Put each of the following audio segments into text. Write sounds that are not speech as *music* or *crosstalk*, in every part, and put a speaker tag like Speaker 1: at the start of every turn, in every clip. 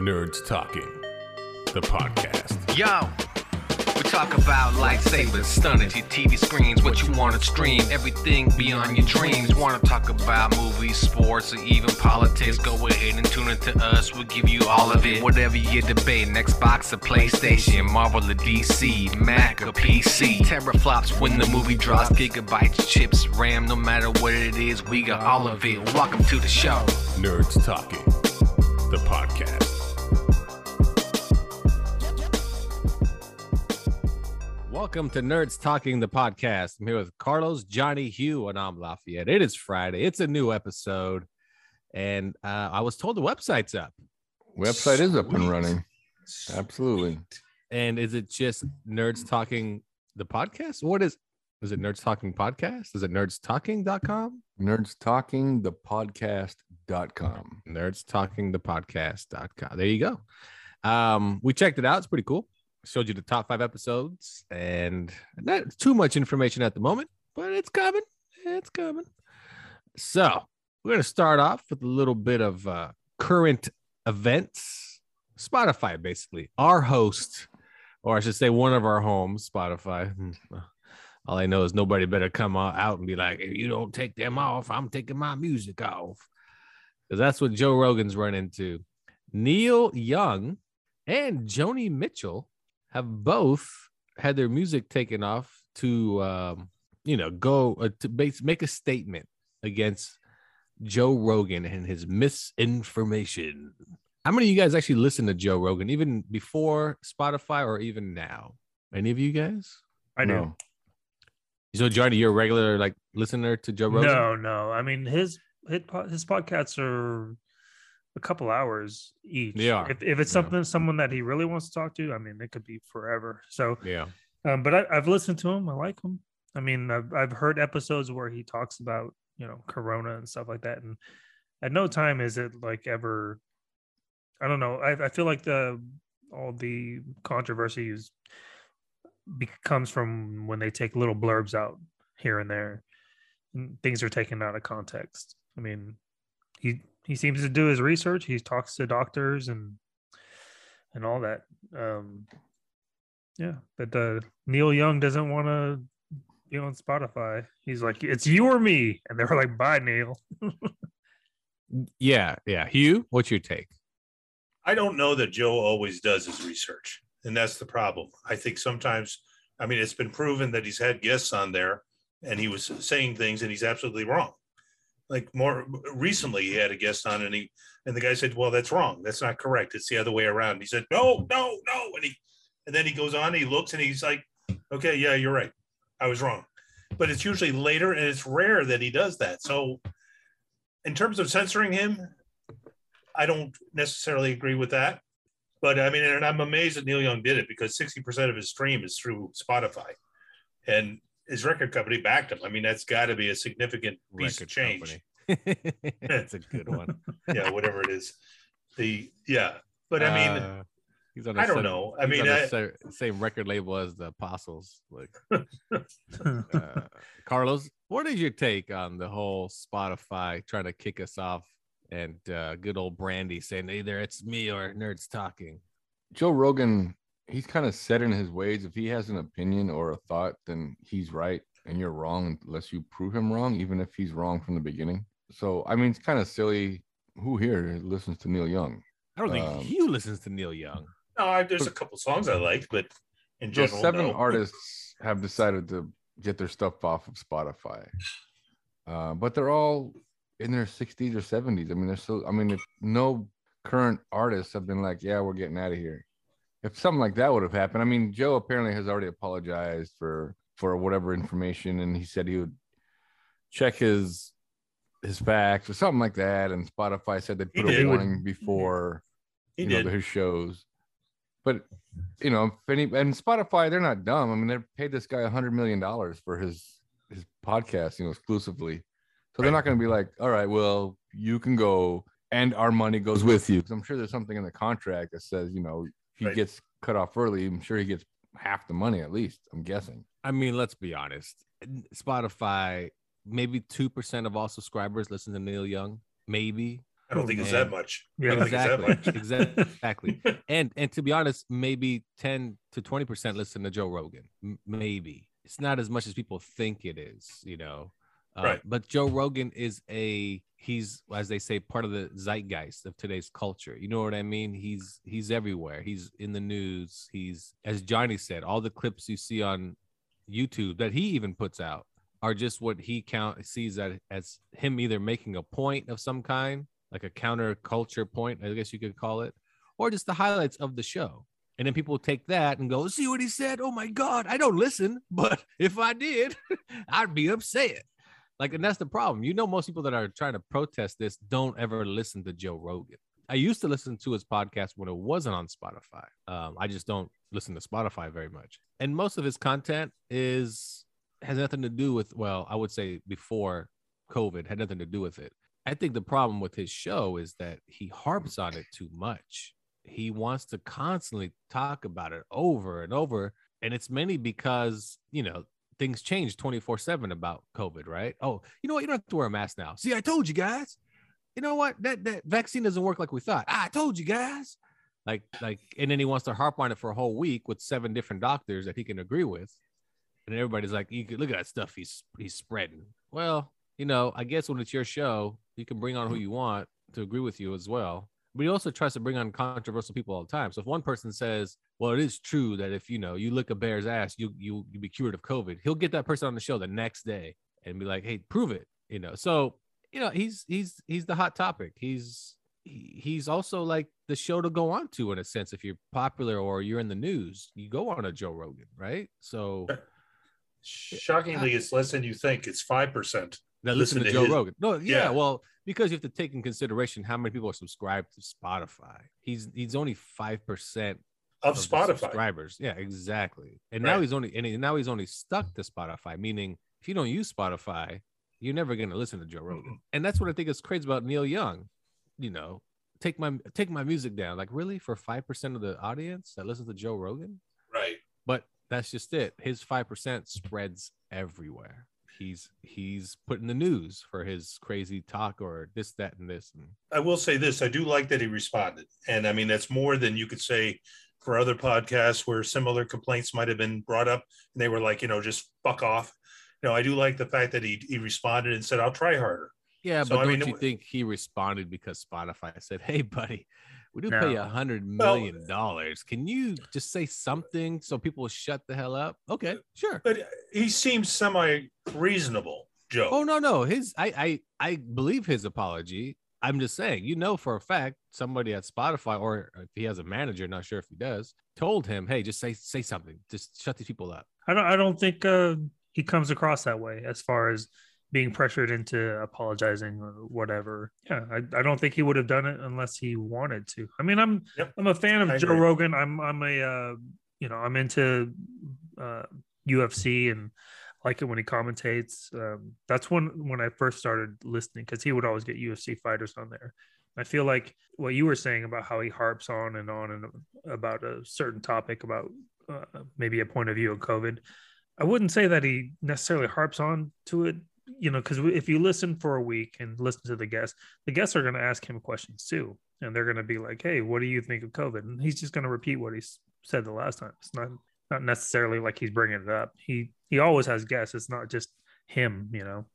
Speaker 1: Nerds Talking, the podcast.
Speaker 2: Yo, we talk about lightsabers, stunning your TV screens, what you want to stream, everything beyond your dreams. Want to talk about movies, sports, or even politics? Go ahead and tune in to us. We'll give you all of it. Whatever you're debating, Xbox or PlayStation, Marvel or DC, Mac or PC. Teraflops when the movie drops, gigabytes, chips, RAM, no matter what it is, we got all of it. Welcome to the show.
Speaker 1: Nerds Talking, the podcast.
Speaker 3: Welcome to Nerds Talking the Podcast. I'm here with Carlos, Johnny, Hugh, and I'm Lafayette. It is Friday. It's a new episode. And uh, I was told the website's up.
Speaker 4: Website is up and
Speaker 2: Sweet.
Speaker 4: running. Absolutely.
Speaker 3: And is it just Nerds Talking the Podcast? What is is it Nerds Talking Podcast? Is it nerdstalking.com?
Speaker 4: Nerds talking the podcast.com.
Speaker 3: Nerds Talking the Podcast.com. There you go. Um, we checked it out. It's pretty cool. Showed you the top five episodes and not too much information at the moment, but it's coming. It's coming. So we're going to start off with a little bit of uh, current events. Spotify, basically, our host, or I should say, one of our homes, Spotify. *laughs* Hmm. All I know is nobody better come o- out and be like, if you don't take them off, I'm taking my music off. Because that's what Joe Rogan's run into. Neil Young and Joni Mitchell have both had their music taken off to, um, you know, go uh, to base, make a statement against Joe Rogan and his misinformation. How many of you guys actually listen to Joe Rogan, even before Spotify or even now? Any of you guys?
Speaker 5: I do.
Speaker 4: No.
Speaker 3: So, Johnny, you're a regular like listener to Joe Rogan.
Speaker 5: No, no. I mean, his his, po- his podcasts are a couple hours each.
Speaker 3: They are,
Speaker 5: If, if it's
Speaker 3: yeah.
Speaker 5: something someone that he really wants to talk to, I mean, it could be forever. So,
Speaker 3: Yeah.
Speaker 5: um, but I, I've listened to him. I like him. I mean, I've I've heard episodes where he talks about you know Corona and stuff like that, and at no time is it like ever. I don't know. I I feel like the all the controversy is be, comes from when they take little blurbs out here and there, and things are taken out of context. I mean, he he seems to do his research. He talks to doctors and and all that. Um, yeah, but uh, Neil Young doesn't want to be on Spotify. He's like, it's you or me, and they were like, bye, Neil.
Speaker 3: Yeah. Yeah. Hugh, what's your take?
Speaker 6: I don't know that Joe always does his research, and that's the problem. I think sometimes, I mean, it's been proven that he's had guests on there, and he was saying things, and he's absolutely wrong. Like more recently, he had a guest on, and he and the guy said, "Well, that's wrong. That's not correct. It's the other way around." He said, "No, no, no," and he and then he goes on. He looks, and he's like, "Okay, yeah, you're right. I was wrong." But it's usually later, and it's rare that he does that. So, in terms of censoring him, I don't necessarily agree with that. But I mean, and I'm amazed that Neil Young did it because 60% of his stream is through Spotify and his record company backed him. I mean, that's got to be a significant piece of change.
Speaker 3: company.
Speaker 6: *laughs*
Speaker 3: That's a good one. *laughs*
Speaker 6: Yeah, whatever it is. The, yeah. *laughs* But I mean,
Speaker 3: Uh, he's on a
Speaker 6: I don't
Speaker 3: seven-
Speaker 6: know. I
Speaker 3: he's
Speaker 6: mean,
Speaker 3: on the
Speaker 6: I,
Speaker 3: sa- same record label as the Apostles. Like,
Speaker 6: *laughs*
Speaker 3: uh, Carlos, what is your take on the whole Spotify trying to kick us off and uh, good old Brandy saying either it's me or nerds talking?
Speaker 4: Joe Rogan, he's kind of set in his ways. If he has an opinion or a thought, then he's right and you're wrong unless you prove him wrong, even if he's wrong from the beginning. So, I mean, it's kind of silly. Who here listens to Neil Young?
Speaker 3: I don't think
Speaker 4: Um,
Speaker 3: Hugh listens to Neil Young.
Speaker 6: no, I, there's a couple songs I like, but in
Speaker 4: So
Speaker 6: general,
Speaker 4: seven
Speaker 6: no. *laughs*
Speaker 4: artists have decided to get their stuff off of Spotify, uh, but they're all in their 60s or 70s. I mean, they're so. I mean, if no current artists have been like, "Yeah, we're getting out of here," if something like that would have happened, I mean, Joe apparently has already apologized for for whatever information, and he said he would check his his facts or something like that. And Spotify said they
Speaker 6: He
Speaker 4: put a
Speaker 6: did.
Speaker 4: warning before
Speaker 6: he
Speaker 4: you know
Speaker 6: did.
Speaker 4: his shows. But you know, if any and Spotify, they're not dumb. I mean, they paid this guy a hundred million dollars for his his podcast, you know, exclusively. So they're
Speaker 6: Right.
Speaker 4: not going to be like, all right, well, you can go, and our money goes with you. 'Cause I'm sure there's something in the contract that says, you know, if he
Speaker 6: Right.
Speaker 4: gets cut off early, I'm sure he gets half the money at least. I'm guessing.
Speaker 3: I mean, let's be honest. N- Spotify, maybe 2% of all subscribers listen to Neil Young, maybe.
Speaker 6: I don't
Speaker 5: Oh,
Speaker 6: think it's
Speaker 3: man.
Speaker 6: that much. *laughs* I
Speaker 5: Yeah.
Speaker 6: don't think it's that much.
Speaker 3: Exactly.
Speaker 6: *laughs*
Speaker 3: Exactly. exactly. And and to be honest, maybe 10 to 20% listen to Joe Rogan. M- maybe. It's not as much as people think it is, you know. Uh,
Speaker 6: Right.
Speaker 3: But Joe Rogan is a he's as they say part of the zeitgeist of today's culture. You know what I mean? He's he's everywhere. He's in the news. He's as Johnny said, all the clips you see on YouTube that he even puts out are just what he count sees that as him either making a point of some kind, like a counterculture point, I guess you could call it, or just the highlights of the show. And then people take that and go, see what he said? Oh my God, I don't listen, *laughs* but if I did, *laughs* I'd be upset. Like, and that's the problem. You know, most people that are trying to protest this don't ever listen to Joe Rogan. I used to listen to his podcast when it wasn't on Spotify. Um, I just don't listen to Spotify very much. And most of his content is has nothing to do with well, I would say before COVID had nothing to do with it. I think the problem with his show is that he harps on it too much. He wants to constantly talk about it over and over. And it's mainly because, you know, things change 24 7 about COVID, right? Oh, you know what? You don't have to wear a mask now. See, I told you guys. You know what? That that vaccine doesn't work like we thought. I told you guys. Like, like, and then he wants to harp on it for a whole week with seven different doctors that he can agree with. And everybody's like, you could look at that stuff he's he's spreading. Well, you know, I guess when it's your show, you can bring on who you want to agree with you as well. But he also tries to bring on controversial people all the time. So if one person says, "Well, it is true that if you know you lick a bear's ass, you you you be cured of COVID," he'll get that person on the show the next day and be like, "Hey, prove it," you know. So you know he's he's he's the hot topic. He's he- he's also like the show to go on to in a sense. If you're popular or you're in the news, you go on a Joe Rogan, right? So
Speaker 6: Shockingly, it's less than you think. It's five percent.
Speaker 3: that listen,
Speaker 6: Listen
Speaker 3: to,
Speaker 6: to
Speaker 3: Joe
Speaker 6: his-
Speaker 3: Rogan. No, yeah,
Speaker 6: Yeah.
Speaker 3: well, because you have to take in consideration how many people are subscribed to Spotify. He's he's only five percent
Speaker 6: Of
Speaker 3: the
Speaker 6: Spotify.
Speaker 3: subscribers. Yeah, exactly. And now
Speaker 6: Right.
Speaker 3: he's only and he- now he's only stuck to Spotify, meaning if you don't use Spotify, you're never going to listen to Joe Rogan. And that's what I think is crazy about Neil Young. You know, take my take my music down. Like really, for five percent of the audience that listens to Joe Rogan,
Speaker 6: Right.
Speaker 3: but that's just it. His five percent spreads everywhere. He's he's put in the news for his crazy talk or this, that, and this. And
Speaker 6: I will say this: I do like that he responded, and I mean that's more than you could say for other podcasts where similar complaints might have been brought up, and they were like, you know, just fuck off. No, I do like the fact that he he responded and said, "I'll try harder."
Speaker 3: yeah,
Speaker 6: So,
Speaker 3: but
Speaker 6: I
Speaker 3: don't
Speaker 6: mean, it
Speaker 3: you
Speaker 6: wa-
Speaker 3: think he responded because Spotify *laughs* said, "Hey, buddy, we do
Speaker 5: No.
Speaker 3: pay a hundred
Speaker 6: Well-
Speaker 3: million dollars. Can you just say something so people will shut the hell up?" Okay, sure.
Speaker 6: But he seems semi reasonable, Joe.
Speaker 3: Oh no, no, his I I I believe his apology. I'm just saying, you know for a fact somebody at Spotify or if he has a manager, not sure if he does, told him, "Hey, just say say something. Just shut these people up."
Speaker 5: I don't. I don't think uh, he comes across that way as far as being pressured into apologizing or whatever. Yeah, I, I don't think he would have done it unless he wanted to. I mean, I'm
Speaker 6: Yep.
Speaker 5: I'm a fan of
Speaker 6: I
Speaker 5: Joe
Speaker 6: agree.
Speaker 5: Rogan. I'm I'm a uh, you know I'm into uh, UFC and like it when he commentates. Um, that's when when I first started listening because he would always get UFC fighters on there. I feel like what you were saying about how he harps on and on and about a certain topic about uh, maybe a point of view on COVID. I wouldn't say that he necessarily harps on to it, you know, because if you listen for a week and listen to the guests, the guests are going to ask him questions too, and they're going to be like, "Hey, what do you think of COVID?" And he's just going to repeat what he s- said the last time. It's not not necessarily like he's bringing it up. He he always has guests. It's not just him, you know.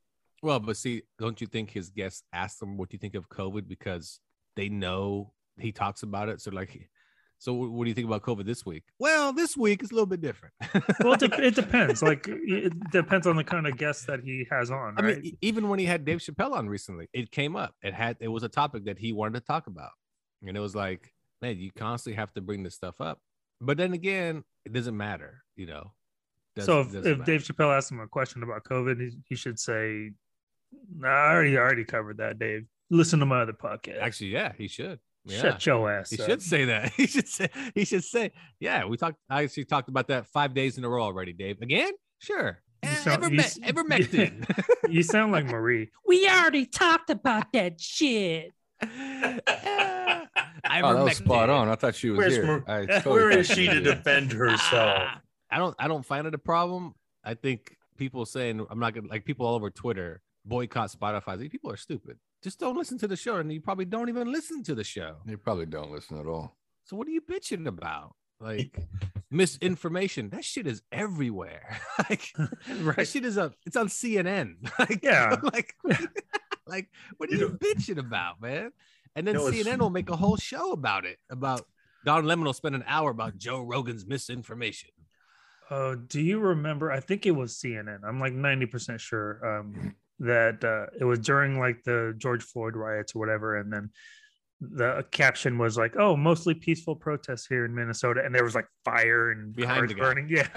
Speaker 3: Well, but see, don't you think his guests ask them what do you think of COVID because they know he talks about it? So like, so wh- what do you think about COVID this week? Well, this week is a little bit different.
Speaker 5: *laughs* Well, it, de- it depends. Like it depends on the kind of guests that he has on,
Speaker 3: *laughs* I
Speaker 5: right?
Speaker 3: mean, e- even when he had Dave Chappelle on recently, it came up. It had it was a topic that he wanted to talk about, and it was like, man, you constantly have to bring this stuff up. But then again, it doesn't matter, you know.
Speaker 5: so
Speaker 3: Doesn't-
Speaker 5: if,
Speaker 3: doesn't
Speaker 5: if
Speaker 3: matter.
Speaker 5: Dave Chappelle asks him a question about COVID, he, he should say, nah, "I already I already covered that, Dave. Listen to my other podcast.
Speaker 3: actually, yeah, he should. Yeah.
Speaker 5: shut your ass."
Speaker 3: He
Speaker 5: up.
Speaker 3: should say that. *laughs* He should say. He should say. Yeah, we talked. I actually talked about that five days in a row already, Dave. Again, sure.
Speaker 5: You
Speaker 3: Eh,
Speaker 5: sound- you
Speaker 3: ivermec-
Speaker 5: s- *laughs* *laughs* you sound like Marie.
Speaker 7: We already talked about that shit.
Speaker 3: ivermectin. Eh,
Speaker 4: Oh, that was spot
Speaker 3: ivermectin.
Speaker 4: on. I thought she was
Speaker 6: Where's
Speaker 4: here.
Speaker 6: Mar- *laughs*
Speaker 4: I totally
Speaker 6: Where is
Speaker 4: thought
Speaker 6: she
Speaker 4: was
Speaker 6: to
Speaker 4: here.
Speaker 6: defend herself?
Speaker 3: Ah, I don't. I don't find it a problem. I think people saying I'm not gonna like people all over Twitter boycott Spotify. These people are stupid. Just don't listen to the show, and you probably don't even listen to the show.
Speaker 4: You probably don't listen at all.
Speaker 3: So what are you bitching about?
Speaker 5: *laughs*
Speaker 3: Like misinformation. That shit is everywhere. *laughs* like that
Speaker 5: right.
Speaker 3: shit is up. It's on CNN. *laughs* like,
Speaker 5: Yeah.
Speaker 3: Like, *laughs* like what are
Speaker 6: You
Speaker 3: you,
Speaker 6: know-
Speaker 3: bitching about, man? And then
Speaker 6: No, it's-
Speaker 3: CNN will make a whole show about it. About Don Lemon will spend an hour about Joe Rogan's misinformation.
Speaker 5: Oh, do you remember? I think it was CNN. I'm like 90% sure um, that uh, it was during like the George Floyd riots or whatever. And then the caption was like, oh, mostly peaceful protests here in Minnesota. And there was like fire and
Speaker 3: Behind
Speaker 5: cars
Speaker 3: the guy.
Speaker 5: burning. *laughs* Yeah.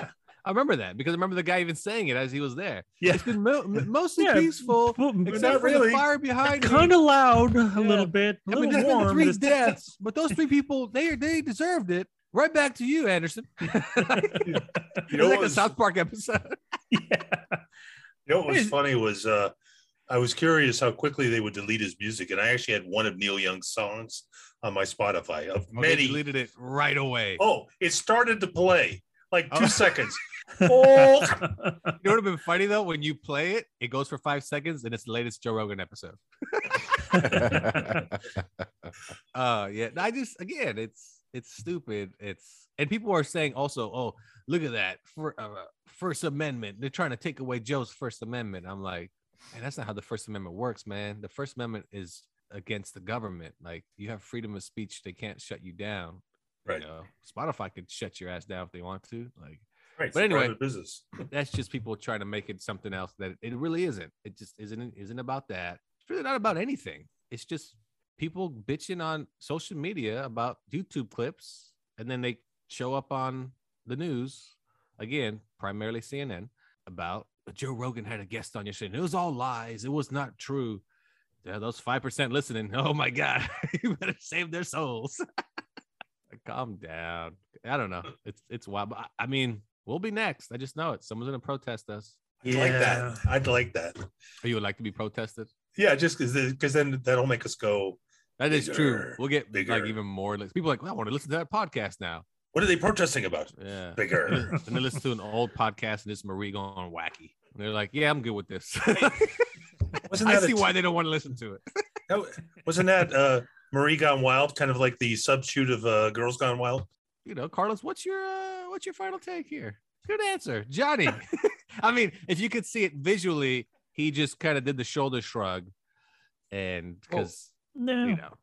Speaker 3: I remember that because I remember the guy even saying it as he was there.
Speaker 5: Yeah.
Speaker 3: It's been mo-
Speaker 5: *laughs*
Speaker 3: m- mostly
Speaker 5: Yeah,
Speaker 3: peaceful,
Speaker 5: *laughs* Well,
Speaker 3: except for the fire behind me.
Speaker 5: Kind of loud, a
Speaker 3: Yeah.
Speaker 5: little bit, a
Speaker 3: I mean,
Speaker 5: little
Speaker 3: there's been
Speaker 5: warm.
Speaker 3: three
Speaker 5: this-
Speaker 3: *laughs* deaths, but those three people, they they deserved it. Right back to you, *laughs* Anderson.
Speaker 6: You know
Speaker 3: like a
Speaker 6: what was-
Speaker 3: South Park episode.
Speaker 5: *laughs* yeah.
Speaker 6: You know what was
Speaker 5: Is-
Speaker 6: funny was uh, I was curious how quickly they would delete his music, and I actually had one of Neil Young's songs on my Spotify of
Speaker 3: Oh, They
Speaker 6: many.
Speaker 3: deleted it right away.
Speaker 6: Oh, it started to play like two
Speaker 3: Oh. *laughs*
Speaker 6: seconds. Oh,
Speaker 3: You know what would have been funny though? When you play it, it goes for five seconds and it's the latest Joe Rogan episode.
Speaker 5: *laughs*
Speaker 3: Uh yeah. I just again, it's it's stupid. It's and people are saying also, oh, look at that for uh, First Amendment. They're trying to take away Joe's First Amendment. I'm like, man, that's not how the First Amendment works, man. The First Amendment is against the government. Like you have freedom of speech, they can't shut you down.
Speaker 6: Right.
Speaker 3: You know, Spotify could shut your ass down if they want to. Like
Speaker 6: right,
Speaker 3: But anyway.
Speaker 6: private business.
Speaker 3: *laughs* that's just people trying to make it something else that it really isn't. It just isn't isn't about that. It's really not about anything. It's just people bitching on social media about YouTube clips, and then they show up on the news again, primarily CNN, about Joe Rogan had a guest on your show. and It was all lies. It was not true. Yeah, those five percent listening. *laughs* Oh my god, you better save their souls. *laughs* Calm down. I don't know. It's it's wild. But I, I mean, we'll be next. I just know it. Someone's gonna protest us.
Speaker 6: I'd like that. I'd like that.
Speaker 3: Or you would like to be protested?
Speaker 6: Yeah, just because because then that'll make us go.
Speaker 3: That is true.
Speaker 6: Bigger,
Speaker 3: We'll get like
Speaker 6: bigger.
Speaker 3: even more. lis- People are like, "Well, I want to listen to that podcast now.
Speaker 6: What are they protesting about? *laughs*
Speaker 3: Yeah. *laughs*
Speaker 6: Bigger.
Speaker 3: and they listen to an old podcast and it's Marie going wacky. And they're like, yeah, I'm good with this. *laughs*
Speaker 6: Wasn't
Speaker 3: I
Speaker 6: that a
Speaker 3: see
Speaker 6: t-
Speaker 3: why they don't want to listen to it.
Speaker 6: that- wasn't that uh, Marie Gone Wild kind of like the substitute of uh, Girls Gone Wild?
Speaker 3: you know, Carlos, what's your uh, what's your final take here? Good answer, Johnny. *laughs* I mean, if you could see it visually, he just kind of did the shoulder shrug, and
Speaker 6: Oh.
Speaker 3: because
Speaker 5: No.
Speaker 3: you know,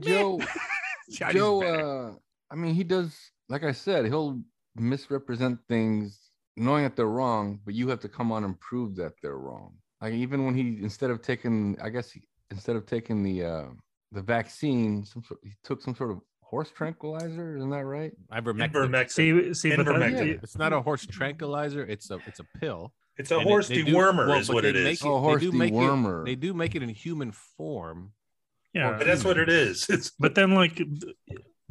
Speaker 4: Joe,
Speaker 3: *laughs* Johnny's
Speaker 4: Joe,
Speaker 3: better.
Speaker 4: uh, I mean, he does, like I said, he'll misrepresent things knowing that they're wrong, but you have to come on and prove that they're wrong. Like, even when he, instead of taking, I guess, he, instead of taking the, uh, the vaccine, some sort, he took some sort of horse tranquilizer. Isn't that right?
Speaker 3: ivermectin.
Speaker 6: Invermectin.
Speaker 5: See, see, but that-
Speaker 6: Invermectin.
Speaker 3: It's not a horse tranquilizer. It's a it's a pill.
Speaker 6: It's a
Speaker 3: And they-
Speaker 6: horse
Speaker 3: they do-
Speaker 6: dewormer,
Speaker 3: well,
Speaker 6: is
Speaker 3: but
Speaker 6: what
Speaker 3: they
Speaker 6: it is.
Speaker 3: make
Speaker 4: Oh, horse
Speaker 3: do make it-
Speaker 4: dewormer.
Speaker 3: They do make it in human form.
Speaker 5: yeah.
Speaker 6: And that's what it is. *laughs* It's
Speaker 5: But then, like, th-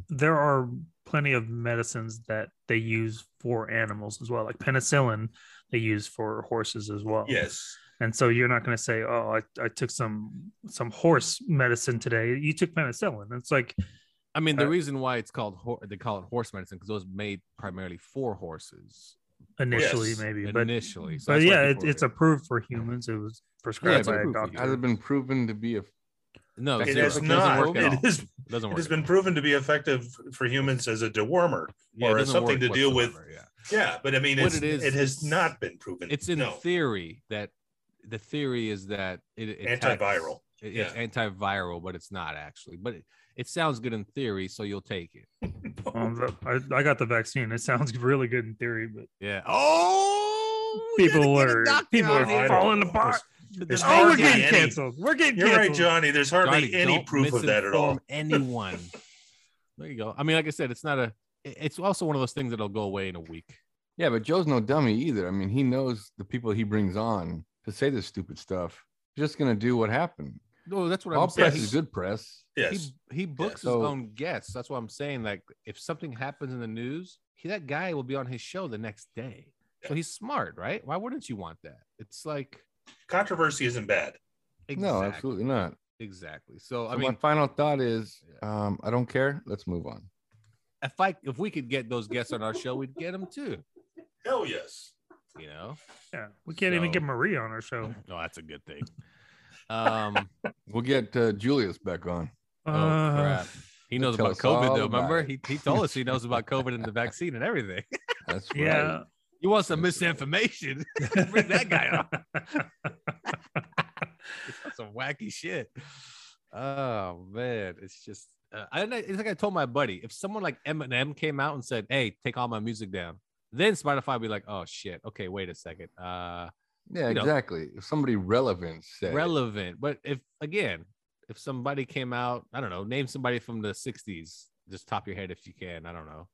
Speaker 5: there are plenty of medicines that they use for animals as well, like penicillin they use for horses as well.
Speaker 6: yes.
Speaker 5: And so you're not going to say, "Oh, I, I took some some horse medicine today." You took penicillin. It's like,
Speaker 3: I mean, the
Speaker 5: Uh,
Speaker 3: reason why it's called hor- they call it horse medicine because it was made primarily for horses
Speaker 5: initially
Speaker 6: Yes,
Speaker 5: maybe but
Speaker 3: initially.
Speaker 5: but
Speaker 3: that's why
Speaker 5: yeah it,
Speaker 3: people-
Speaker 5: it's approved for humans it was prescribed
Speaker 3: Yeah,
Speaker 5: by a
Speaker 3: approved for
Speaker 5: doctor
Speaker 4: Has it been proven to be a
Speaker 3: no,
Speaker 4: It
Speaker 6: It
Speaker 3: zero.
Speaker 6: has
Speaker 3: It doesn't
Speaker 6: not.
Speaker 3: work at all.
Speaker 6: It, is,
Speaker 3: It doesn't
Speaker 6: it
Speaker 3: work.
Speaker 6: has
Speaker 3: at all.
Speaker 6: been proven to be effective for humans as a dewormer.
Speaker 3: it
Speaker 6: or
Speaker 3: doesn't work
Speaker 6: something to deal with-
Speaker 3: whatsoever, yeah.
Speaker 6: Yeah, but I mean,
Speaker 3: What
Speaker 6: it's,
Speaker 3: it
Speaker 6: it,
Speaker 3: is,
Speaker 6: has
Speaker 3: it's-
Speaker 6: not been proven.
Speaker 3: It's in
Speaker 6: no.
Speaker 3: theory that the theory is that it, it attacks-
Speaker 6: Antiviral,
Speaker 3: it- It's
Speaker 6: yeah.
Speaker 3: antiviral, but it's not actually. But it, it sounds good in theory, so you'll take it.
Speaker 5: Um, the- I, I got the vaccine it sounds *laughs* really good in theory but
Speaker 3: Yeah. Oh, we gotta
Speaker 5: people
Speaker 3: get a
Speaker 5: are
Speaker 3: doctor
Speaker 5: people
Speaker 3: on
Speaker 5: are
Speaker 3: here.
Speaker 6: I don't-
Speaker 5: falling apart
Speaker 6: There's
Speaker 5: oh we're
Speaker 6: hardly
Speaker 5: getting
Speaker 6: any-
Speaker 5: canceled we're getting
Speaker 6: You're right,
Speaker 5: canceled
Speaker 6: Johnny. There's hardly
Speaker 3: Johnny,
Speaker 6: any
Speaker 3: don't
Speaker 6: proof of that at all.
Speaker 3: misinform *laughs* Anyone. there you go. I mean, like I said, it's not a. it- It's also one of those things that'll go away in a week.
Speaker 4: Yeah, but Joe's no dummy either. I mean, he knows the people he brings on to say this stupid stuff. He's just gonna do what happened.
Speaker 3: No, that's what
Speaker 4: All
Speaker 3: I'm saying.
Speaker 4: press
Speaker 6: Yes.
Speaker 4: is good press.
Speaker 6: Yes.
Speaker 3: He, he books
Speaker 4: So-
Speaker 3: his own guests. That's what I'm saying. Like, if something happens in the news, he, that guy will be on his show the next day. So he's smart, right? Why wouldn't you want that? It's like
Speaker 6: Controversy isn't bad.
Speaker 3: exactly,
Speaker 4: No, absolutely not.
Speaker 3: exactly. So,
Speaker 4: So
Speaker 3: I mean,
Speaker 4: my final thought is, um, I don't care. Let's move on.
Speaker 3: if I if we could get those guests on our show, we'd get them too.
Speaker 6: Hell yes.
Speaker 3: You know,
Speaker 5: yeah we can't even
Speaker 3: So- *laughs*
Speaker 5: get marie on our show
Speaker 3: no, that's a good thing. Um,
Speaker 4: We'll get uh, Julius back on.
Speaker 3: oh,
Speaker 5: Uh,
Speaker 3: crap. He knows
Speaker 4: tell
Speaker 3: about
Speaker 4: us all
Speaker 3: COVID, though.
Speaker 4: about
Speaker 3: Remember,
Speaker 4: it.
Speaker 3: he, he told us he knows about COVID and the vaccine and everything. *laughs*
Speaker 4: That's right.
Speaker 5: Yeah.
Speaker 3: You want some
Speaker 4: That's right. *laughs*
Speaker 3: misinformation? *laughs* Bring that guy on.
Speaker 5: *laughs*
Speaker 3: That's some wacky shit. Oh man, it's just uh, I don't know. It's like I told my buddy, if someone like Eminem came out and said, "Hey, take all my music down," then Spotify would be like, "Oh shit, okay, wait a second, uh,
Speaker 4: Yeah,
Speaker 3: you know.
Speaker 4: exactly. If somebody relevant said it,
Speaker 3: relevant." But if again, if somebody came out, I don't know, name somebody from the '60s, just top your head if you can. I don't know.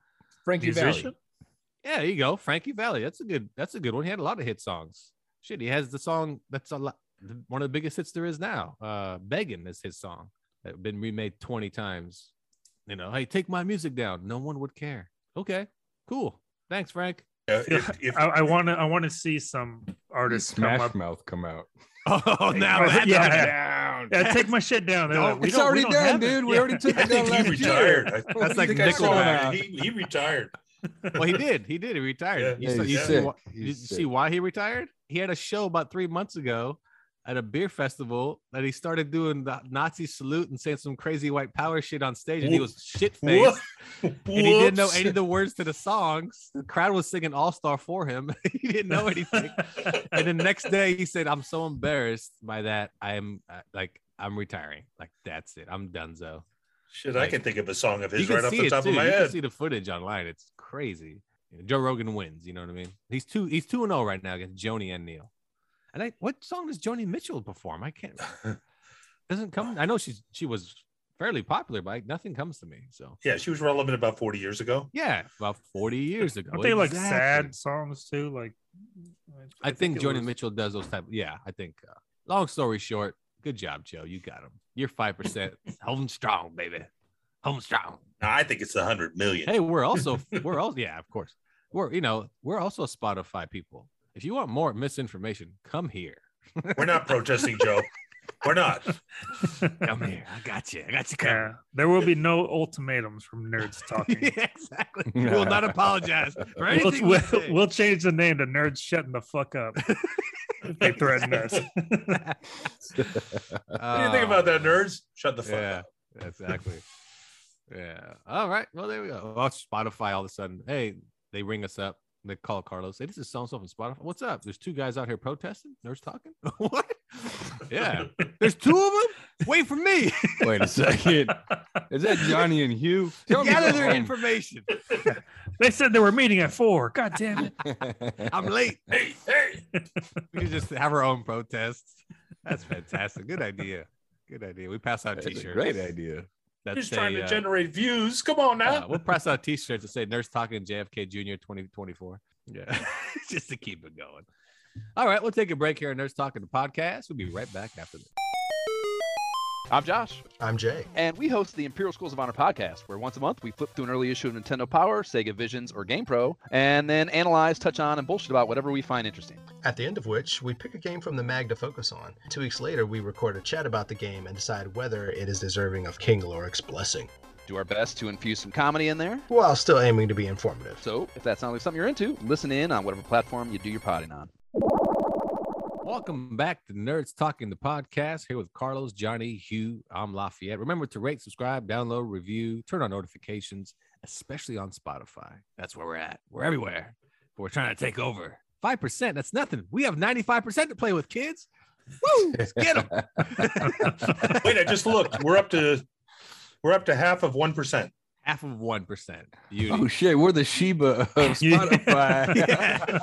Speaker 8: Frankie Valley.
Speaker 5: Musician?
Speaker 3: Yeah, there you go, Frankie Valley. That's a good. That's a good one. He had a lot of hit songs. Shit, he has the song that's a lot. One of the biggest hits there is now. Uh, "Begging" is his song that been remade twenty times. You know, hey, take my music down. No one would care. Okay, cool. Thanks, Frank. *laughs*
Speaker 6: Uh, if, if,
Speaker 5: I, I want to. I want to see some artists come
Speaker 4: Smash
Speaker 5: up.
Speaker 4: Mouth come out.
Speaker 3: Oh,
Speaker 5: Oh,
Speaker 3: now that's
Speaker 5: yeah.
Speaker 3: okay.
Speaker 4: Down.
Speaker 5: Yeah, take my shit down. They're
Speaker 4: No,
Speaker 5: like, we
Speaker 4: it's
Speaker 5: don't- we
Speaker 4: already
Speaker 5: don't
Speaker 4: done,
Speaker 5: have it.
Speaker 4: dude. We already
Speaker 6: *laughs*
Speaker 4: took
Speaker 6: I
Speaker 4: it down
Speaker 6: think he
Speaker 4: last
Speaker 6: retired.
Speaker 4: year.
Speaker 6: I
Speaker 4: What
Speaker 3: That's
Speaker 4: do you
Speaker 3: like
Speaker 4: think I
Speaker 3: Nickelback.
Speaker 4: saw that?
Speaker 6: He, he retired.
Speaker 3: Well,
Speaker 6: *laughs*
Speaker 3: he did. He did. He retired.
Speaker 4: Yeah,
Speaker 3: you saw-
Speaker 4: he's
Speaker 3: you see
Speaker 4: sick.
Speaker 3: why-
Speaker 4: He's
Speaker 3: Did you see
Speaker 4: sick.
Speaker 3: why he retired? He had a show about three months ago at a beer festival that he started doing the Nazi salute and saying some crazy white power shit on stage, and he
Speaker 6: Whoa.
Speaker 3: was shit
Speaker 6: Whoa.
Speaker 3: faced, and he didn't know
Speaker 6: Whoops.
Speaker 3: any of the words to the songs. The crowd was singing All Star for him. *laughs* he didn't
Speaker 5: *laughs*
Speaker 3: know anything. and the next day, he said, "I'm so embarrassed by that. I'm uh, like, I'm retiring. Like that's it. I'm donezo."
Speaker 6: Shit, I can think of a song of
Speaker 3: You
Speaker 6: his
Speaker 3: can
Speaker 6: right off
Speaker 3: see
Speaker 6: the
Speaker 3: it,
Speaker 6: top
Speaker 3: too.
Speaker 6: of my
Speaker 3: you
Speaker 6: head.
Speaker 3: can see the footage online. It's crazy. Joe Rogan wins. You know what I mean? He's two. He's two and zero right now against Joni and Neil. And I, what song does Joni Mitchell perform? I
Speaker 6: *laughs*
Speaker 3: can't. Doesn't come. I know she's she was fairly popular, but like, nothing comes to me. So
Speaker 6: Yeah, she was relevant about 40 years ago.
Speaker 3: yeah, about forty years ago.
Speaker 5: Aren't they like
Speaker 3: Exactly.
Speaker 5: sad songs too? Like,
Speaker 3: I think
Speaker 5: it
Speaker 3: Joni
Speaker 5: *laughs* was-
Speaker 3: Mitchell does those type. Yeah, I think. Uh, long story short, good job, Joe. You got him. You're five percent. Home strong, baby. Home strong.
Speaker 6: Now, I think it's 100 million.
Speaker 3: hey we're *laughs* also we're also yeah of course we're you know we're also spotify people if you want more misinformation come here
Speaker 6: We're not protesting, Joe. We're not.
Speaker 3: come here i got you i got you covered.
Speaker 5: Yeah, there will be no ultimatums from nerds talking.
Speaker 3: *laughs* yeah, exactly we will not apologize for
Speaker 5: We'll,
Speaker 3: anything we
Speaker 5: we'll,
Speaker 3: say.
Speaker 5: we'll change the name to Nerds Shutting the Fuck Up. if they threaten us. *laughs*
Speaker 6: What do you think about that, nerds? Shut the fuck
Speaker 3: Oh, *laughs* yeah
Speaker 6: up.
Speaker 3: exactly yeah all right well there we go oh, spotify all of a sudden hey they ring us up they call Carlos. Hey, this is so and so from Spotify. What's up? There's two guys out here protesting. Nerds talking. *laughs* what? Yeah. There's two of them. Wait for me.
Speaker 4: Wait a second. *laughs* Is that Johnny and Hugh? Tell me
Speaker 3: Gather their
Speaker 4: something. *laughs*
Speaker 3: information.
Speaker 5: They said they were meeting at four. God damn it.
Speaker 3: I'm late. Hey, hey. We could just have our own protests. That's fantastic. Good idea. Good idea. We pass out
Speaker 4: That's a
Speaker 3: t-shirts.
Speaker 4: great idea.
Speaker 3: That's
Speaker 6: He's trying to
Speaker 3: uh,
Speaker 6: generate views. Come on now.
Speaker 3: uh, we'll press out t-shirts that say "Nurse Talking JFK Jr. 2024." Yeah, *laughs* just to keep it going. All right, we'll take a break here on Nurse Talking the podcast. We'll be right back after this.
Speaker 8: I'm Josh.
Speaker 9: I'm Jay.
Speaker 8: and we host the Imperial Schools of Honor podcast, where once a month we flip through an early issue of Nintendo Power, Sega Visions, or Game Pro, and then analyze, touch on, and bullshit about whatever we find interesting.
Speaker 9: At the end of which, we pick a game from the mag to focus on. Two weeks later, we record a chat about the game and decide whether it is deserving of King Lorik's blessing,
Speaker 8: Do our best to infuse some comedy in there.
Speaker 9: while still aiming to be informative.
Speaker 8: So if that sounds like something you're into, listen in on whatever platform you do your potting on.
Speaker 3: Welcome back to Nerds Talking the podcast. Here with Carlos, Johnny, Hugh. I'm Lafayette. Remember to rate, subscribe, download, review, turn on notifications, especially on Spotify. That's where we're at. We're everywhere. We're trying to take over. Five percent. That's nothing. We have ninety-five percent to play with, kids. Woo! Let's get
Speaker 4: *laughs*
Speaker 3: them.
Speaker 5: *laughs*
Speaker 6: Wait, I just looked. We're up to we're up to half of
Speaker 3: *laughs*
Speaker 6: one percent.
Speaker 3: Half of one percent. Beauty.
Speaker 4: Oh shit, we're the Sheba of
Speaker 5: *laughs* Yeah.
Speaker 4: Spotify. *laughs*
Speaker 3: Yeah.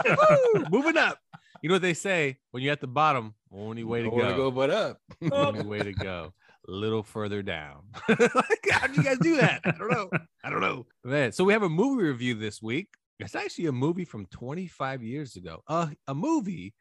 Speaker 3: Woo! Moving up. You know what they say when you're at the bottom. Only way to
Speaker 4: Don't wanna
Speaker 3: go.
Speaker 4: go but up.
Speaker 3: only way to go. A little further down. *laughs* like, how do you guys do that? I don't know. I don't know. Man, so we have a movie review this week. It's actually a movie from 25 years ago. Uh, a movie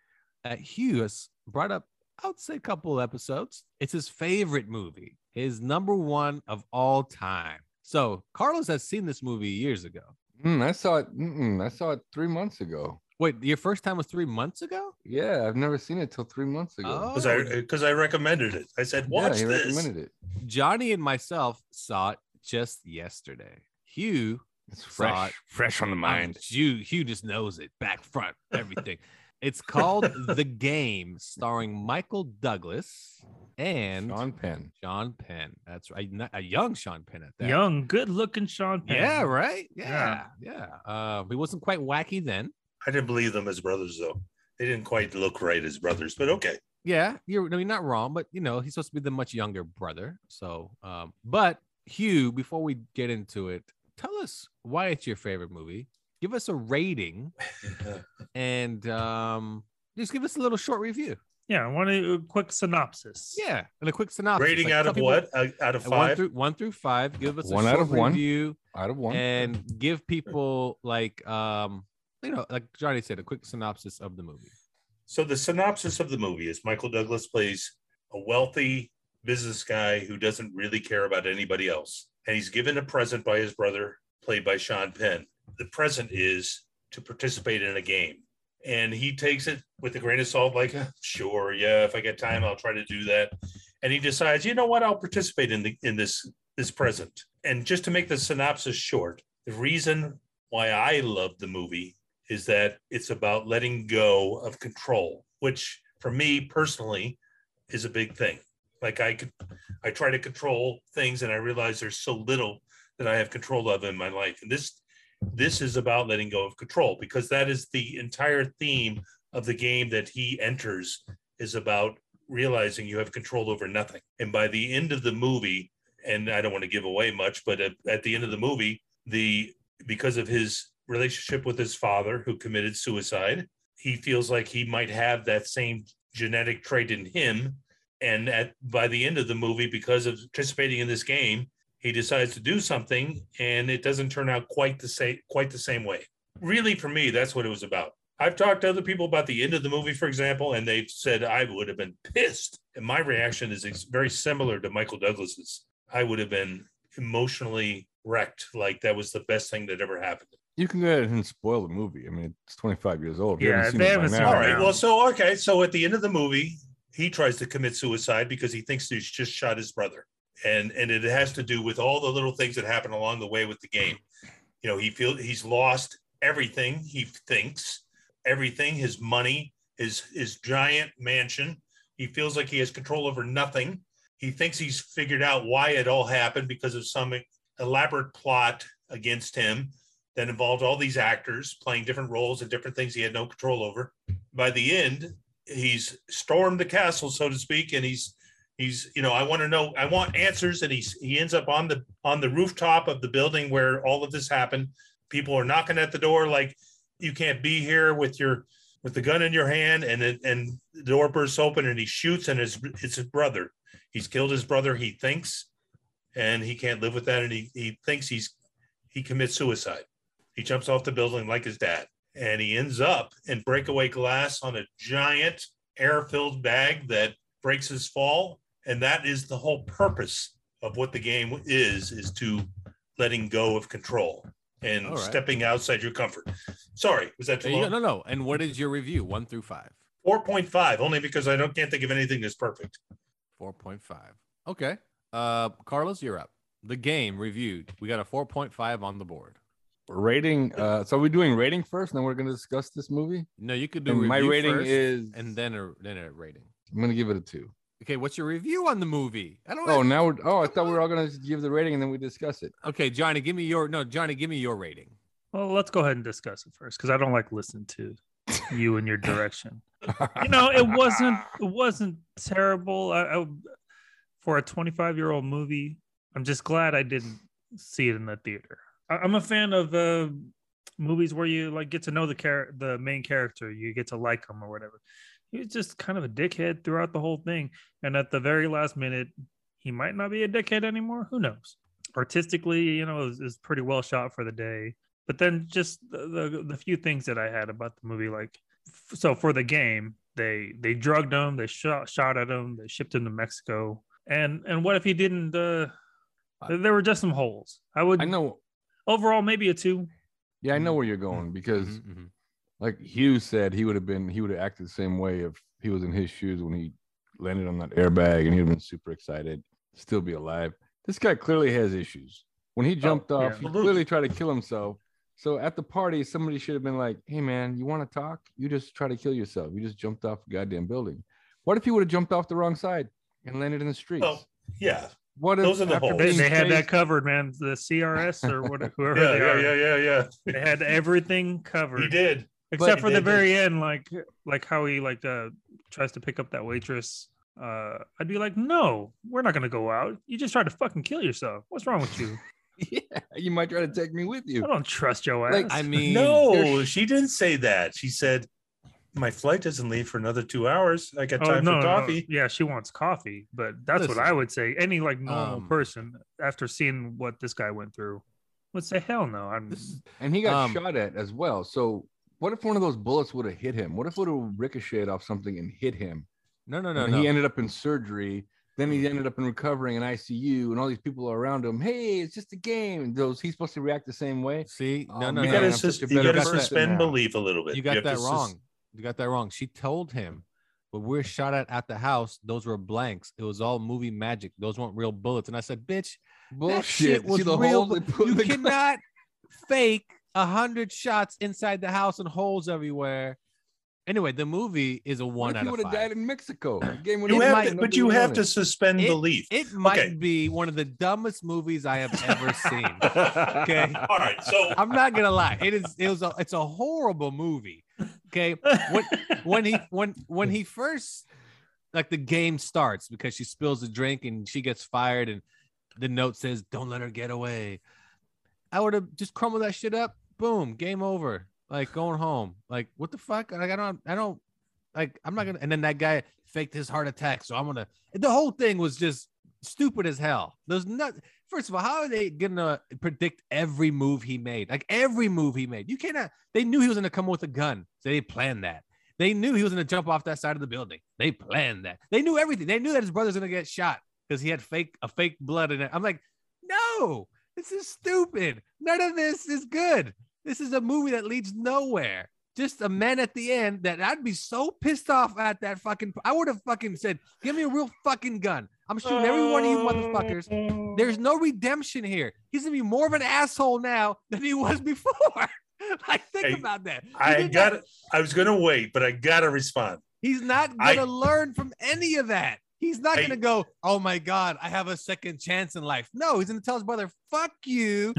Speaker 3: that Hugh has brought up, I would say, a couple episodes. It's his favorite movie, his number one of all time. So Carlos has seen this movie years ago.
Speaker 4: Mm, I saw it. Mm-mm, I saw it three months ago.
Speaker 3: Wait, your first time was three months ago?
Speaker 4: Yeah, I've never seen it till three months ago.
Speaker 6: Because I because I recommended it. I said,
Speaker 4: yeah,
Speaker 6: Oh, watch
Speaker 4: he
Speaker 6: this.
Speaker 4: recommended it.
Speaker 3: Johnny and myself saw it just yesterday. Hugh
Speaker 4: It's
Speaker 3: saw it
Speaker 4: fresh, fresh on the
Speaker 3: Hugh, Hugh just knows it back front,
Speaker 5: *laughs*
Speaker 3: everything. it's called The Game, starring Michael Douglas, and
Speaker 4: Sean Penn.
Speaker 3: Sean Penn. That's right, Not- a young Sean Penn at that.
Speaker 5: Young, good looking Sean Penn.
Speaker 3: Yeah, right. Yeah,
Speaker 5: Yeah.
Speaker 3: yeah. Uh, he wasn't quite wacky then.
Speaker 6: I didn't believe them as brothers though. They didn't quite look right as brothers, but okay.
Speaker 3: Yeah, you're. I mean, not wrong, but you know, he's supposed to be the much younger brother. So, um, but Hugh, before we get into it, tell us why it's your favorite movie. Give us a rating and um, just give us a little short review.
Speaker 5: Yeah, I want a a quick synopsis.
Speaker 3: Yeah, and a quick synopsis.
Speaker 6: Rating
Speaker 3: Like,
Speaker 6: out
Speaker 3: tell
Speaker 6: of
Speaker 3: people-
Speaker 6: what? Uh, out of
Speaker 3: uh, One
Speaker 6: five?
Speaker 3: through one through five. Give us a
Speaker 4: One out
Speaker 3: short
Speaker 4: of one.
Speaker 3: review
Speaker 4: Out of one.
Speaker 3: and give people like um, you know, like Johnny said, a quick synopsis of the movie.
Speaker 6: So the synopsis of the movie is Michael Douglas plays a wealthy business guy who doesn't really care about anybody else. And he's given a present by his brother, played by Sean Penn. The present is to participate in a game. And he takes it with a grain of salt, like, sure, yeah, if I get time, I'll try to do that. And he decides, you know what, I'll participate in the in this this present. And just to make the synopsis short, the reason why I love the movie is that it's about letting go of control, which for me personally is a big thing. Like I could, I try to control things, and I realize there's so little that I have control of in my life. And this, this is about letting go of control because that is the entire theme of the game that he enters is about realizing you have control over nothing. And by the end of the movie, and I don't want to give away much, but at, at the end of the movie, the because of his relationship with his father who committed suicide he feels like he might have that same genetic trait in him and at by the end of the movie because of participating in this game he decides to do something and it doesn't turn out quite the same quite the same way really for me that's what it was about i've talked to other people about the end of the movie for example and they've said i would have been pissed and my reaction is ex- very similar to michael douglas's i would have been emotionally wrecked like that was the best thing that ever happened
Speaker 4: you can go ahead and spoil the movie. I mean, it's 25 years old. If you
Speaker 5: Yeah,
Speaker 4: haven't
Speaker 5: if
Speaker 4: seen
Speaker 5: they
Speaker 4: it by
Speaker 5: haven't seen
Speaker 4: now-
Speaker 5: it
Speaker 6: All right.
Speaker 5: now.
Speaker 6: Well, so okay. So at the end of the movie, he tries to commit suicide because he thinks he's just shot his brother, and and it has to do with all the little things that happen along the way with the game. You know, he feels he's lost everything. He thinks everything: his money, his his giant mansion. He feels like he has control over nothing. He thinks he's figured out why it all happened because of some elaborate plot against him that involved all these actors playing different roles and different things he had no control over by the end he's stormed the castle so to speak and he's he's you know i want to know i want answers and he's he ends up on the on the rooftop of the building where all of this happened people are knocking at the door like you can't be here with your with the gun in your hand and it, and the door bursts open and he shoots and it's it's his brother he's killed his brother he thinks and he can't live with that and he, he thinks he's he commits suicide he jumps off the building like his dad and he ends up in breakaway glass on a giant air filled bag that breaks his fall and that is the whole purpose of what the game is is to letting go of control and
Speaker 3: All right.
Speaker 6: stepping outside your comfort sorry was that too
Speaker 3: There you
Speaker 6: long
Speaker 3: go. No, no. And what is your review? One through five.
Speaker 6: 4.5 only because i don't can't think of anything that's perfect
Speaker 3: Four point five. Okay. Uh, Carlos, you're up. The game reviewed. We got a four point five on the board.
Speaker 4: Rating. Uh, so are we doing rating first, and then we're going to discuss this movie?
Speaker 3: No, you could do
Speaker 4: And my
Speaker 3: review
Speaker 4: rating
Speaker 3: first
Speaker 4: is.
Speaker 3: and then a then a rating.
Speaker 4: I'm going to give it a two.
Speaker 3: Okay, what's your review on the movie? I don't.
Speaker 4: Oh,
Speaker 3: have-
Speaker 4: now we're. Oh, I thought we were all going to give the rating and then we discuss it.
Speaker 3: Okay, Johnny, give me your no, Johnny, give me your rating.
Speaker 5: Well, let's go ahead and discuss it first because I don't like listening to you and your direction. you know, it wasn't it wasn't terrible. I, I for a 25 year old movie, I'm just glad I didn't see it in the theater. I, I'm a fan of uh, movies where you like get to know the char- the main character, you get to like him or whatever. He was just kind of a dickhead throughout the whole thing, and at the very last minute, he might not be a dickhead anymore. Who knows? Artistically, you know, is is pretty well shot for the day but then just the, the the few things that I had about the movie, like f- so for the game, they they drugged him, they shot shot at him, they shipped him to Mexico, and and what if he didn't? Uh, th- there were just some holes. I would
Speaker 4: *laughs* I know.
Speaker 5: overall maybe a two.
Speaker 4: Yeah, I know where you're going because,
Speaker 3: Mm-hmm.
Speaker 4: like Hugh said, he would have been. He would have acted the same way if he was in his shoes when he landed on that airbag, and he'd have been super excited, still be alive. This guy clearly has issues. When he jumped off, he
Speaker 6: Oh, absolutely.
Speaker 4: clearly tried to kill himself. So at the party, somebody should have been like, "Hey, man, you want to talk? You just try to kill yourself. You just jumped off a goddamn building. What if he would have jumped off the wrong side? and landed in the streets.
Speaker 6: Well,
Speaker 3: *laughs*
Speaker 6: yeah,
Speaker 4: what if
Speaker 6: those are the
Speaker 4: after
Speaker 6: holes.
Speaker 5: They,
Speaker 4: being
Speaker 5: they had that
Speaker 4: chased-
Speaker 5: covered, man. The CRS or whatever, *laughs* whoever
Speaker 6: yeah,
Speaker 5: they
Speaker 6: yeah,
Speaker 5: are,
Speaker 6: yeah, yeah, yeah.
Speaker 5: they had everything covered.
Speaker 6: He did.
Speaker 5: except
Speaker 6: But-
Speaker 5: for
Speaker 6: They
Speaker 5: the
Speaker 6: did.
Speaker 5: very end like like how he like uh tries to pick up that waitress uh i'd be like no we're not gonna go out you just tried to fucking kill yourself what's wrong with you
Speaker 4: *laughs* yeah, you might try to take me with
Speaker 5: i
Speaker 4: you.
Speaker 5: don't trust your ass
Speaker 4: Like,
Speaker 5: i
Speaker 3: I mean,
Speaker 6: No, she didn't say that. She said, "My flight doesn't leave for another two hours. I
Speaker 5: Oh,
Speaker 3: Oh,
Speaker 6: got time for coffee."
Speaker 5: yeah she wants coffee but that's
Speaker 3: Listen,
Speaker 5: what i would say any like normal
Speaker 3: um,
Speaker 5: person after seeing what this guy went through would say hell no i'm
Speaker 3: This is-
Speaker 4: And he got
Speaker 3: Um,
Speaker 4: shot at as well. So what if one of those bullets would have hit him? What if it would have ricocheted off something and hit him?
Speaker 3: no, no, no,
Speaker 4: and
Speaker 3: no. Mm-hmm.
Speaker 4: he ended up in surgery. Then he ended up in recovering in ICU, and all these people are around him. Hey, it's just a game. And Those he's supposed to react the same way.
Speaker 3: See,
Speaker 4: Oh,
Speaker 3: no, no,
Speaker 4: man,
Speaker 6: You
Speaker 3: no.
Speaker 6: gotta,
Speaker 4: I'm
Speaker 6: sus-
Speaker 4: such a
Speaker 6: you
Speaker 4: better
Speaker 6: gotta
Speaker 4: person
Speaker 6: suspend
Speaker 4: now.
Speaker 6: belief a little bit.
Speaker 3: You got
Speaker 6: have to
Speaker 3: that
Speaker 6: sus-
Speaker 3: wrong. you got that wrong. She told him, but we're shot at at the house. Those were blanks. It was all movie magic. Those weren't real bullets. And I said, bitch,
Speaker 4: Bullshit.
Speaker 3: shit was
Speaker 4: See the
Speaker 3: real,
Speaker 4: holes they *laughs* put
Speaker 3: you
Speaker 4: in the gun?
Speaker 3: cannot
Speaker 4: *laughs*
Speaker 3: fake a hundred shots inside the house and holes everywhere. Anyway, the movie is a *laughs*
Speaker 4: What
Speaker 3: one
Speaker 4: if
Speaker 3: out
Speaker 4: he
Speaker 3: of
Speaker 4: would have
Speaker 3: five.
Speaker 4: died in
Speaker 3: *laughs*
Speaker 4: Mexico? The game
Speaker 6: You
Speaker 4: would've
Speaker 6: have
Speaker 4: ended.
Speaker 6: to, but
Speaker 4: Nobody
Speaker 6: you
Speaker 4: would've
Speaker 6: have
Speaker 4: known
Speaker 6: to
Speaker 4: it.
Speaker 6: suspend
Speaker 3: It-
Speaker 6: belief.
Speaker 3: It might
Speaker 6: Okay.
Speaker 3: be one of the dumbest movies I have ever seen.
Speaker 4: *laughs*
Speaker 6: okay. *laughs* All right. So
Speaker 3: I'm not gonna lie. It is. It was. A, it's a horrible movie. Okay. *laughs* When when he when when he first like the game starts because she spills a drink and she gets fired and the note says don't let her get away. I would have just crumbled that shit up. Boom. Game over. Like going home. Like what the fuck? Like I don't. I don't. Like I'm not gonna. And then that guy faked his heart attack. So I'm gonna. The whole thing was just stupid as hell. There's not. First of all, how are they gonna predict every move he made? Like every move he made, you cannot. They knew he was gonna come with a gun, so they planned that. They knew he was gonna jump off that side of the building. They planned that. They knew everything. They knew that his brother's gonna get shot because he had fake a fake blood in it. I'm like, no, this is stupid. None of this is good. This is a movie that leads nowhere. Just a man at the end that I'd be so pissed off at that fucking. I would have fucking said, "Give me a real fucking gun. I'm shooting every one of you motherfuckers." There's no redemption here. He's gonna be more of an asshole now than he was *laughs* before. like, think
Speaker 6: Hey,
Speaker 3: about that. He
Speaker 6: *laughs* I
Speaker 3: did
Speaker 6: got.
Speaker 3: not-
Speaker 6: to I was gonna wait, but I gotta respond.
Speaker 3: He's not
Speaker 6: I-
Speaker 3: gonna learn from any of that. He's not
Speaker 6: Hey.
Speaker 3: gonna go, oh my god, I have a second chance in life. No, he's gonna tell his brother, fuck
Speaker 6: *laughs*
Speaker 3: you,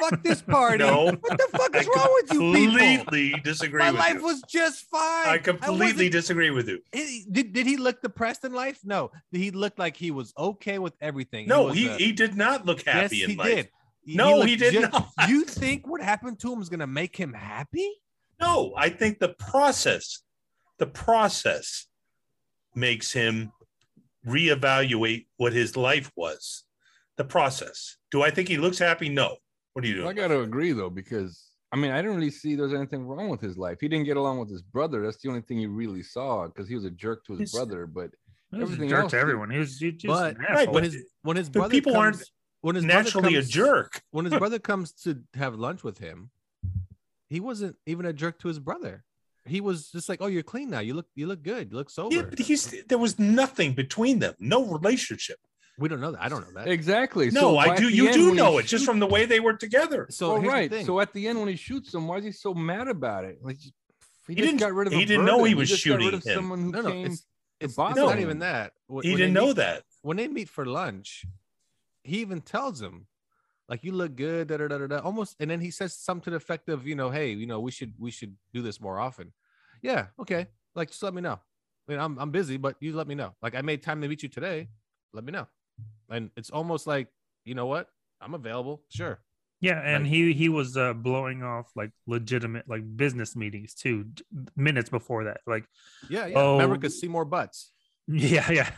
Speaker 3: fuck this party.
Speaker 6: No,
Speaker 3: What the fuck
Speaker 6: I
Speaker 3: is wrong with you people?
Speaker 6: completely disagree
Speaker 3: My
Speaker 6: with
Speaker 3: life
Speaker 6: you.
Speaker 3: was just fine.
Speaker 6: I
Speaker 3: wasn't
Speaker 6: completely disagree with you.
Speaker 3: He- did, did he look depressed in life? No, he looked like he was okay with everything.
Speaker 6: No,
Speaker 3: was
Speaker 6: he,
Speaker 3: a-
Speaker 6: he did not look happy
Speaker 3: yes,
Speaker 6: in
Speaker 3: he
Speaker 6: life.
Speaker 3: did.
Speaker 6: No, he
Speaker 3: looked
Speaker 6: did
Speaker 3: just-
Speaker 6: not.
Speaker 3: You think what happened to him is gonna make him happy?
Speaker 6: No, I think the process, the process makes him reevaluate what his life was. The process. Do I think he looks happy? No. What are you
Speaker 4: I
Speaker 6: doing?
Speaker 4: got to agree though, because I mean, I didn't really see there's anything wrong with his life. He didn't get along with his brother. That's the only thing you really saw because he was a jerk to his
Speaker 5: He's-
Speaker 4: brother. But
Speaker 5: he was a
Speaker 4: everything
Speaker 5: jerk
Speaker 4: else
Speaker 5: to
Speaker 4: is-
Speaker 5: everyone he was he was just
Speaker 3: But-
Speaker 5: an
Speaker 6: Right,
Speaker 5: asshole.
Speaker 3: when
Speaker 6: but
Speaker 3: his when his
Speaker 6: the
Speaker 3: brother
Speaker 6: people aren't
Speaker 3: comes, when his brother
Speaker 6: Naturally a
Speaker 3: comes-
Speaker 6: jerk.
Speaker 3: When his brother comes to have lunch with him, he wasn't even a jerk to his brother. He was just like, "Oh, you're clean now. You look you look good. You look sober."
Speaker 6: Yeah, but he's there was nothing between them, no relationship.
Speaker 3: we don't know that. I don't know that.
Speaker 4: exactly.
Speaker 6: No,
Speaker 4: so
Speaker 6: I
Speaker 4: at
Speaker 6: do.
Speaker 4: the
Speaker 6: You
Speaker 4: end
Speaker 6: do
Speaker 4: when he
Speaker 6: know it just
Speaker 4: shoots-
Speaker 6: from the way they were together.
Speaker 3: So
Speaker 4: well,
Speaker 3: here's
Speaker 4: right.
Speaker 3: the thing.
Speaker 4: *laughs* So at the end when he shoots him, why is he so mad about it? Like he, just
Speaker 6: didn't-
Speaker 4: Got rid of
Speaker 6: he
Speaker 4: a
Speaker 6: didn't know he
Speaker 4: burden.
Speaker 6: was
Speaker 4: just got rid
Speaker 6: shooting
Speaker 4: of
Speaker 6: him.
Speaker 4: Someone who
Speaker 3: no, no,
Speaker 4: came.
Speaker 3: it's, it's, it's
Speaker 4: bother
Speaker 3: not
Speaker 4: him.
Speaker 3: even that. Wh-
Speaker 6: He
Speaker 3: when
Speaker 6: didn't
Speaker 3: they
Speaker 6: know
Speaker 3: meet-
Speaker 6: that.
Speaker 3: when they meet for lunch. He even tells him, like, "You look good." Da da da da. da," Almost, and then he says something to the effect of, "You know, hey, you know, we should we should do this more often." Yeah, okay. Like, just let me know. I mean, I'm I'm busy, but you let me know. Like, I made time to meet you today. Let me know. And it's almost like, you know what? I'm available. Sure.
Speaker 5: Yeah, and
Speaker 3: Like-
Speaker 5: he he was uh, blowing off like legitimate like business meetings too d- minutes before that. Like
Speaker 3: Yeah, yeah.
Speaker 5: Oh.
Speaker 3: America see more butts.
Speaker 5: yeah, *laughs* yeah.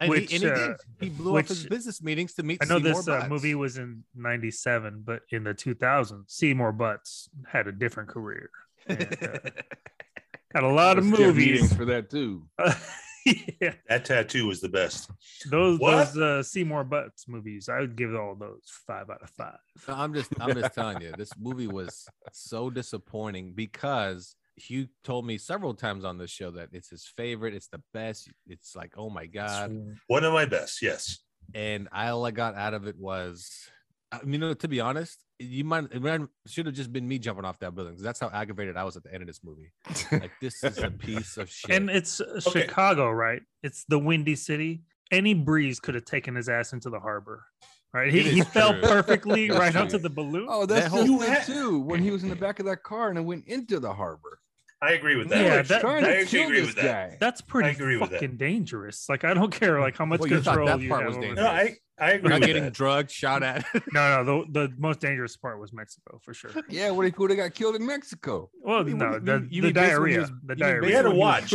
Speaker 3: And,
Speaker 5: Which,
Speaker 3: he, and he
Speaker 5: uh,
Speaker 3: did. He blew up his
Speaker 5: which-
Speaker 3: business meetings to meet.
Speaker 5: I know
Speaker 3: Seymour
Speaker 5: this uh,
Speaker 3: Butts.
Speaker 5: movie was in 97, but in the 2000s, Seymour Butts had a different career. And, uh, had a lot of
Speaker 4: Let's get meetings
Speaker 5: movies.
Speaker 4: for that too.
Speaker 5: *laughs* yeah.
Speaker 6: That tattoo was the best.
Speaker 5: Those
Speaker 6: What?
Speaker 5: those uh, Seymour Butts movies, I would give all those 5 out of 5.
Speaker 3: No, I'm just I'm just telling you, this movie was so disappointing because Hugh told me several times on this show that it's his favorite, it's the best, it's like oh my god.
Speaker 6: One of my best. Yes.
Speaker 3: And all I got out of it was, I mean, you know, to be honest, you might it should have just been me jumping off that building. 'cause That's how aggravated I was at the end of this movie. Like this is a piece of shit.
Speaker 5: And it's uh, Chicago, right? It's the windy city. Any breeze could have taken his ass into the harbor, right? He,
Speaker 3: It is
Speaker 5: he fell
Speaker 3: true.
Speaker 5: perfectly
Speaker 3: That's
Speaker 5: right
Speaker 3: true.
Speaker 5: onto the balloon.
Speaker 4: Oh, that's
Speaker 3: That
Speaker 4: just
Speaker 6: whole-
Speaker 4: it too. When he was in the back of that car and it went into the harbor.
Speaker 6: I agree with
Speaker 4: They
Speaker 6: that.
Speaker 5: Yeah,
Speaker 4: were
Speaker 5: that-
Speaker 4: trying
Speaker 5: I
Speaker 4: to
Speaker 6: actually
Speaker 4: kill
Speaker 6: agree
Speaker 4: this
Speaker 6: with that.
Speaker 4: guy.
Speaker 5: That's pretty
Speaker 6: agree with that.
Speaker 5: fucking dangerous. Like I don't care like how much
Speaker 3: Well, you thought
Speaker 5: control
Speaker 3: that
Speaker 5: you
Speaker 3: part
Speaker 5: have
Speaker 3: was
Speaker 5: over-
Speaker 6: no, I I
Speaker 3: We're
Speaker 6: agree *laughs*
Speaker 3: not
Speaker 6: with
Speaker 3: getting
Speaker 6: that.
Speaker 3: drugged, shot at.
Speaker 5: *laughs*
Speaker 3: *laughs*
Speaker 5: No, no, the, the most dangerous part was Mexico for
Speaker 6: *laughs*
Speaker 5: sure.
Speaker 4: Yeah, what he could have got killed in Mexico.
Speaker 5: Well,
Speaker 3: mean,
Speaker 5: no,
Speaker 3: what do you
Speaker 5: the,
Speaker 3: mean- you
Speaker 5: the
Speaker 3: mean based on
Speaker 5: diarrhea,
Speaker 3: his-
Speaker 5: the
Speaker 3: you mean
Speaker 5: diarrhea.
Speaker 6: We had to watch
Speaker 4: *laughs*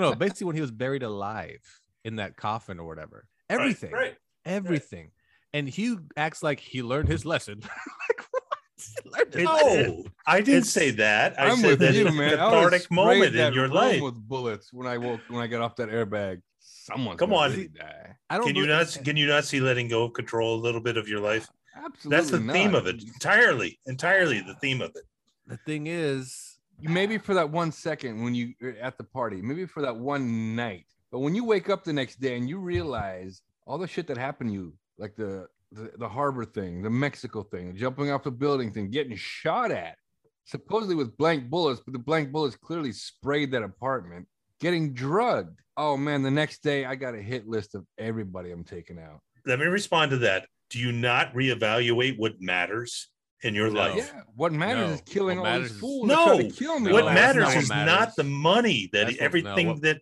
Speaker 3: no, no. Basically, when he was buried alive in that coffin or whatever, everything,
Speaker 6: Right.
Speaker 3: everything. And Hugh acts like he learned his lesson. *laughs* like what? He learned his
Speaker 5: It-
Speaker 3: lesson.
Speaker 6: Oh, I didn't
Speaker 5: it's-
Speaker 6: say that. I
Speaker 4: I'm
Speaker 6: said
Speaker 4: with
Speaker 6: that
Speaker 4: you,
Speaker 6: it's a
Speaker 4: man. I would've
Speaker 6: cathartic
Speaker 4: sprayed
Speaker 6: moment
Speaker 4: that
Speaker 6: in your
Speaker 4: room
Speaker 6: life.
Speaker 4: with bullets when I woke when I got off that airbag. Someone
Speaker 6: Come on.
Speaker 4: really die.
Speaker 3: I don't.
Speaker 6: Can you
Speaker 3: believe-
Speaker 6: not? Can you not see letting go of control a little bit of your life?
Speaker 4: Absolutely,
Speaker 6: That's the theme
Speaker 4: not.
Speaker 6: of it entirely. Entirely the theme of it.
Speaker 3: the thing is,
Speaker 4: Maybe for that one second when you you're at the party, maybe for that one night, but when you wake up the next day and you realize all the shit that happened to you, like the the, the harbor thing, the Mexico thing, jumping off the building thing, getting shot at, supposedly with blank bullets, but the blank bullets clearly sprayed that apartment. Getting drugged. Oh man, the next day I got a hit list of everybody I'm taking out.
Speaker 6: Let me respond to that. Do you not reevaluate what matters in your
Speaker 3: No.
Speaker 6: life?
Speaker 4: Yeah, what matters is
Speaker 3: Oh, No.
Speaker 4: killing
Speaker 3: What
Speaker 4: all
Speaker 3: matters
Speaker 4: these
Speaker 3: is-
Speaker 4: fools. that tried to kill me.
Speaker 3: No,
Speaker 6: what
Speaker 3: that's
Speaker 6: matters
Speaker 3: not what
Speaker 6: is
Speaker 3: matters.
Speaker 6: not the money that
Speaker 3: That's what- no,
Speaker 6: everything
Speaker 3: what-
Speaker 6: that
Speaker 3: what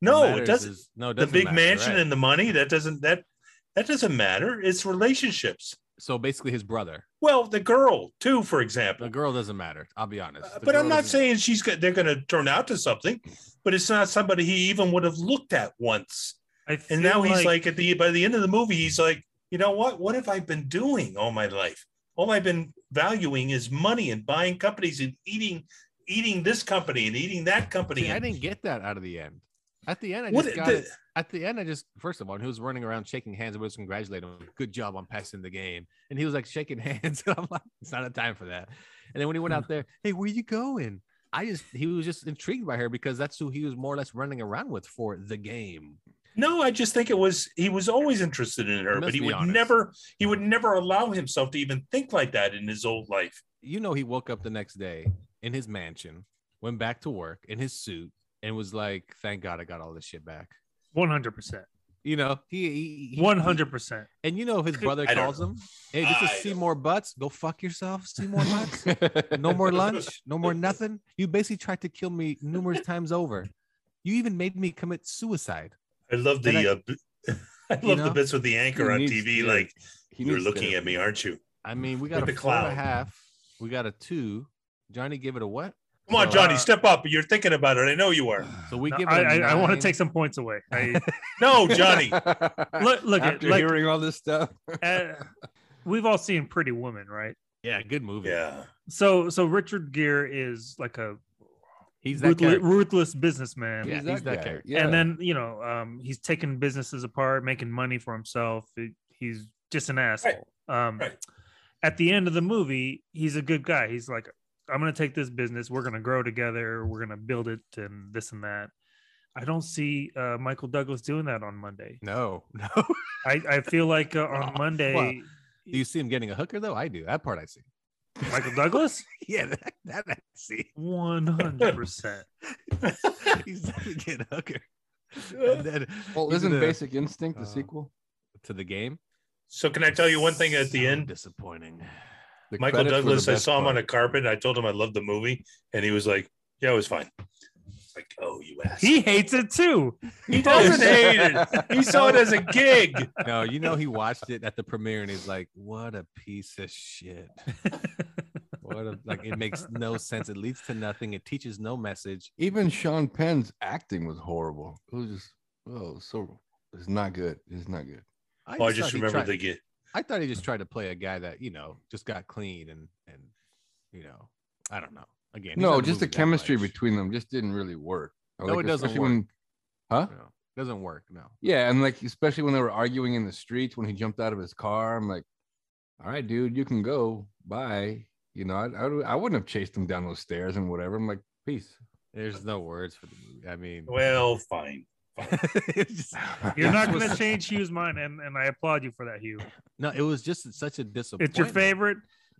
Speaker 6: no, it
Speaker 3: matters
Speaker 6: doesn't.
Speaker 3: is- no, it
Speaker 6: the
Speaker 3: doesn't
Speaker 6: big
Speaker 3: matter,
Speaker 6: mansion
Speaker 3: right.
Speaker 6: and the money that doesn't that that doesn't matter. It's relationships.
Speaker 3: so basically his brother.
Speaker 6: Well, the girl too, for example.
Speaker 3: The girl doesn't matter. I'll be honest.
Speaker 6: Uh,
Speaker 3: The
Speaker 6: but I'm
Speaker 3: girl
Speaker 6: not
Speaker 3: doesn't-
Speaker 6: saying she's go- they're going to turn out to something, but it's not somebody he even would have looked at once.
Speaker 5: I
Speaker 6: And
Speaker 5: feel
Speaker 6: now he's like at the by the end of the movie, he's like, you know what? What have I been doing all my life? All I've been valuing is money and buying companies and eating eating this company and eating that company.
Speaker 3: See, I
Speaker 6: and
Speaker 3: didn't get that out of the end. At the end, I
Speaker 6: What
Speaker 3: just got
Speaker 6: the-
Speaker 3: it. At the end, I just first of all, and he was running around shaking hands. and We was congratulating him. Good job on passing the game. And he was like shaking *laughs* hands. And I'm like, it's not a time for that. And then when he
Speaker 6: *laughs*
Speaker 3: went out there, hey, where you going? I just he was just intrigued by her because that's who he was more or less running around with for the game.
Speaker 6: No, I just think it was he was always interested in her,
Speaker 3: Let's
Speaker 6: but he
Speaker 3: be
Speaker 6: would
Speaker 3: honest.
Speaker 6: never he would never allow himself to even think like that in his old life.
Speaker 3: You know, he woke up the next day in his mansion, went back to work in his suit, and was like, "Thank God I got all this shit back."
Speaker 5: one hundred percent,
Speaker 3: You know, he- he he-
Speaker 5: one hundred percent.
Speaker 3: And you know,
Speaker 6: *laughs*
Speaker 3: if his brother
Speaker 6: I don't
Speaker 3: calls him, hey, this
Speaker 6: I
Speaker 3: is
Speaker 6: don't-
Speaker 3: Seymour Butts. Go fuck yourself,
Speaker 6: *laughs*
Speaker 3: Seymour Butts.
Speaker 4: *laughs*
Speaker 3: no more lunch, no more nothing. You basically tried to kill me numerous times over. You even made me commit suicide.
Speaker 6: I love
Speaker 3: And
Speaker 6: the
Speaker 3: I-
Speaker 6: uh, b- *laughs* I love
Speaker 3: You know?
Speaker 6: the bits with the anchor
Speaker 4: He
Speaker 6: on
Speaker 4: needs
Speaker 6: TV,
Speaker 4: to-
Speaker 6: like
Speaker 4: He
Speaker 6: you're
Speaker 4: needs to-
Speaker 6: looking at me, aren't you?
Speaker 3: I mean, we
Speaker 6: With
Speaker 3: got a
Speaker 6: the
Speaker 3: four and a
Speaker 6: cloud.
Speaker 3: half. We got a two. Johnny gave it a what?
Speaker 6: Come on,
Speaker 3: So,
Speaker 6: Johnny,
Speaker 5: uh,
Speaker 6: step up. You're thinking about it. I know
Speaker 3: *laughs*
Speaker 6: you are.
Speaker 3: So we
Speaker 5: No,
Speaker 3: give it.
Speaker 5: I,
Speaker 3: a
Speaker 5: I, I want to
Speaker 3: nine.
Speaker 5: take some points away.
Speaker 3: *laughs*
Speaker 5: I,
Speaker 6: No, Oh,
Speaker 4: *laughs*
Speaker 6: Johnny.
Speaker 5: look, look at
Speaker 4: After
Speaker 5: like
Speaker 4: hearing all this stuff,
Speaker 5: uh, we've all seen Pretty Woman, right?
Speaker 3: Yeah, good movie.
Speaker 6: yeah.
Speaker 5: So so Richard Gere is like a
Speaker 3: he's that
Speaker 5: ruthless,
Speaker 3: character.
Speaker 5: ruthless businessman.
Speaker 3: Yeah,
Speaker 4: He's
Speaker 3: he's that
Speaker 4: guy.
Speaker 3: character.
Speaker 4: Yeah.
Speaker 5: And then you know um, he's taking businesses apart, making money for himself. He- he's just an asshole. Um,
Speaker 6: Right.
Speaker 5: At the end of the movie, he's a good guy. He's like, I'm going to take this business. We're going to grow together. We're going to build it, and this and that. I don't see uh, Michael Douglas doing that on Monday.
Speaker 3: No, *laughs* no.
Speaker 5: I, I feel like uh, on
Speaker 3: Well,
Speaker 5: Monday,
Speaker 3: do you see him getting a hooker though? I do. That part I see.
Speaker 5: Michael
Speaker 1: *laughs*
Speaker 5: Douglas,
Speaker 3: *laughs* Yeah, that, that I
Speaker 6: *laughs*
Speaker 3: see.
Speaker 5: 100. percent
Speaker 3: he's definitely getting a
Speaker 6: *laughs*
Speaker 3: hooker. And then
Speaker 4: well,
Speaker 3: he's
Speaker 4: isn't
Speaker 3: gonna-
Speaker 4: Basic Instinct the
Speaker 3: uh,
Speaker 4: sequel?
Speaker 3: to the game.
Speaker 6: So can I tell you one thing at the
Speaker 3: So
Speaker 6: end?
Speaker 4: *laughs*
Speaker 3: Disappointing.
Speaker 4: The
Speaker 6: Michael
Speaker 4: credits were the
Speaker 6: Douglas, I
Speaker 4: best
Speaker 6: saw him on
Speaker 4: part.
Speaker 6: a carpet. I told him I loved the movie, and he was like, "Yeah, it was fine." It's like, oh, you ass.
Speaker 5: He hates it too.
Speaker 4: *laughs*
Speaker 6: he doesn't hate it. He saw it as
Speaker 3: *laughs*
Speaker 6: a gig.
Speaker 3: No, you know he watched it at the premiere and he's like, "What a piece of shit!
Speaker 6: *laughs*
Speaker 3: What a, like it makes no sense. It leads to nothing. It teaches no message."
Speaker 4: Even Sean Penn's acting was horrible. It was just oh, so it's not good. It's not good.
Speaker 3: I
Speaker 6: Oh, I
Speaker 3: thought
Speaker 6: just
Speaker 3: he
Speaker 6: remembered
Speaker 3: tried-
Speaker 6: the gig.
Speaker 3: I thought he just tried to play a guy that you know just got clean and and you know I don't know. Again, he's not
Speaker 4: no,
Speaker 3: in
Speaker 4: just the
Speaker 3: movies that
Speaker 4: chemistry
Speaker 3: much.
Speaker 4: between them just didn't really work.
Speaker 3: No, it doesn't
Speaker 4: especially when- huh?
Speaker 3: You know, doesn't work. No,
Speaker 4: Yeah, and like especially when they were arguing in the streets when he jumped out of his car, I'm like, "All right, dude, you can go. Bye." You know, I I, would- I wouldn't have chased him down those stairs and whatever. I'm like, "Peace."
Speaker 3: there's no words for the movie. I mean,
Speaker 6: Well, fine.
Speaker 3: *laughs* it's just-
Speaker 5: *laughs* You're not
Speaker 3: it
Speaker 5: going to
Speaker 4: *laughs*
Speaker 3: was-
Speaker 5: change Hugh's mind, and, and I applaud you for that, Hugh.
Speaker 3: No, it was just such a disappointment.
Speaker 5: It's your favorite.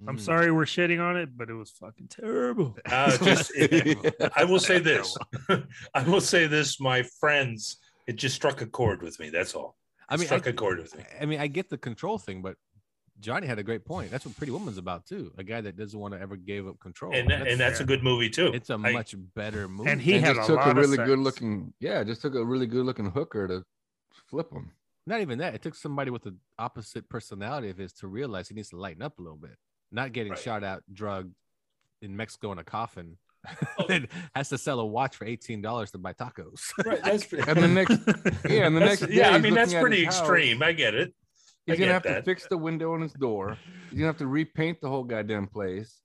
Speaker 5: I'm
Speaker 4: Mm.
Speaker 5: sorry we're shitting on it, but it was fucking terrible.
Speaker 6: Uh, just,
Speaker 4: *laughs*
Speaker 6: I will say this. *laughs* I will say this. My friends, it just struck a chord with me. That's all.
Speaker 3: I mean,
Speaker 6: struck
Speaker 3: I-
Speaker 6: a chord with me.
Speaker 3: I mean, I get the control thing, but Johnny had a great point. That's what Pretty Woman's about too. A guy that doesn't want to ever give up control.
Speaker 6: and that's, and that's a good movie too.
Speaker 3: it's a *laughs*
Speaker 6: I-
Speaker 3: much better movie.
Speaker 5: And he
Speaker 4: And
Speaker 5: had
Speaker 4: just
Speaker 5: a
Speaker 4: took
Speaker 5: lot
Speaker 4: a really
Speaker 5: of
Speaker 4: good
Speaker 5: sex.
Speaker 4: looking. Yeah, just took a really good looking hooker to flip him.
Speaker 3: not even that. It took somebody with the opposite personality of his to realize he needs to lighten up a little bit. Not getting
Speaker 6: Right.
Speaker 3: shot out, drugged in Mexico in a coffin, *laughs*
Speaker 6: Oh.
Speaker 3: then has to sell a watch for eighteen dollars to buy tacos. *laughs*
Speaker 6: Right, that's pretty,
Speaker 4: And the next, yeah, and the
Speaker 6: that's-
Speaker 4: next. day
Speaker 6: yeah, I
Speaker 4: he's
Speaker 6: mean that's
Speaker 4: looking at
Speaker 6: pretty
Speaker 4: his house.
Speaker 6: extreme. I get it. I
Speaker 4: He's gonna
Speaker 6: get
Speaker 4: have to
Speaker 6: that.
Speaker 4: fix the window on his door. He's gonna have to repaint the whole goddamn place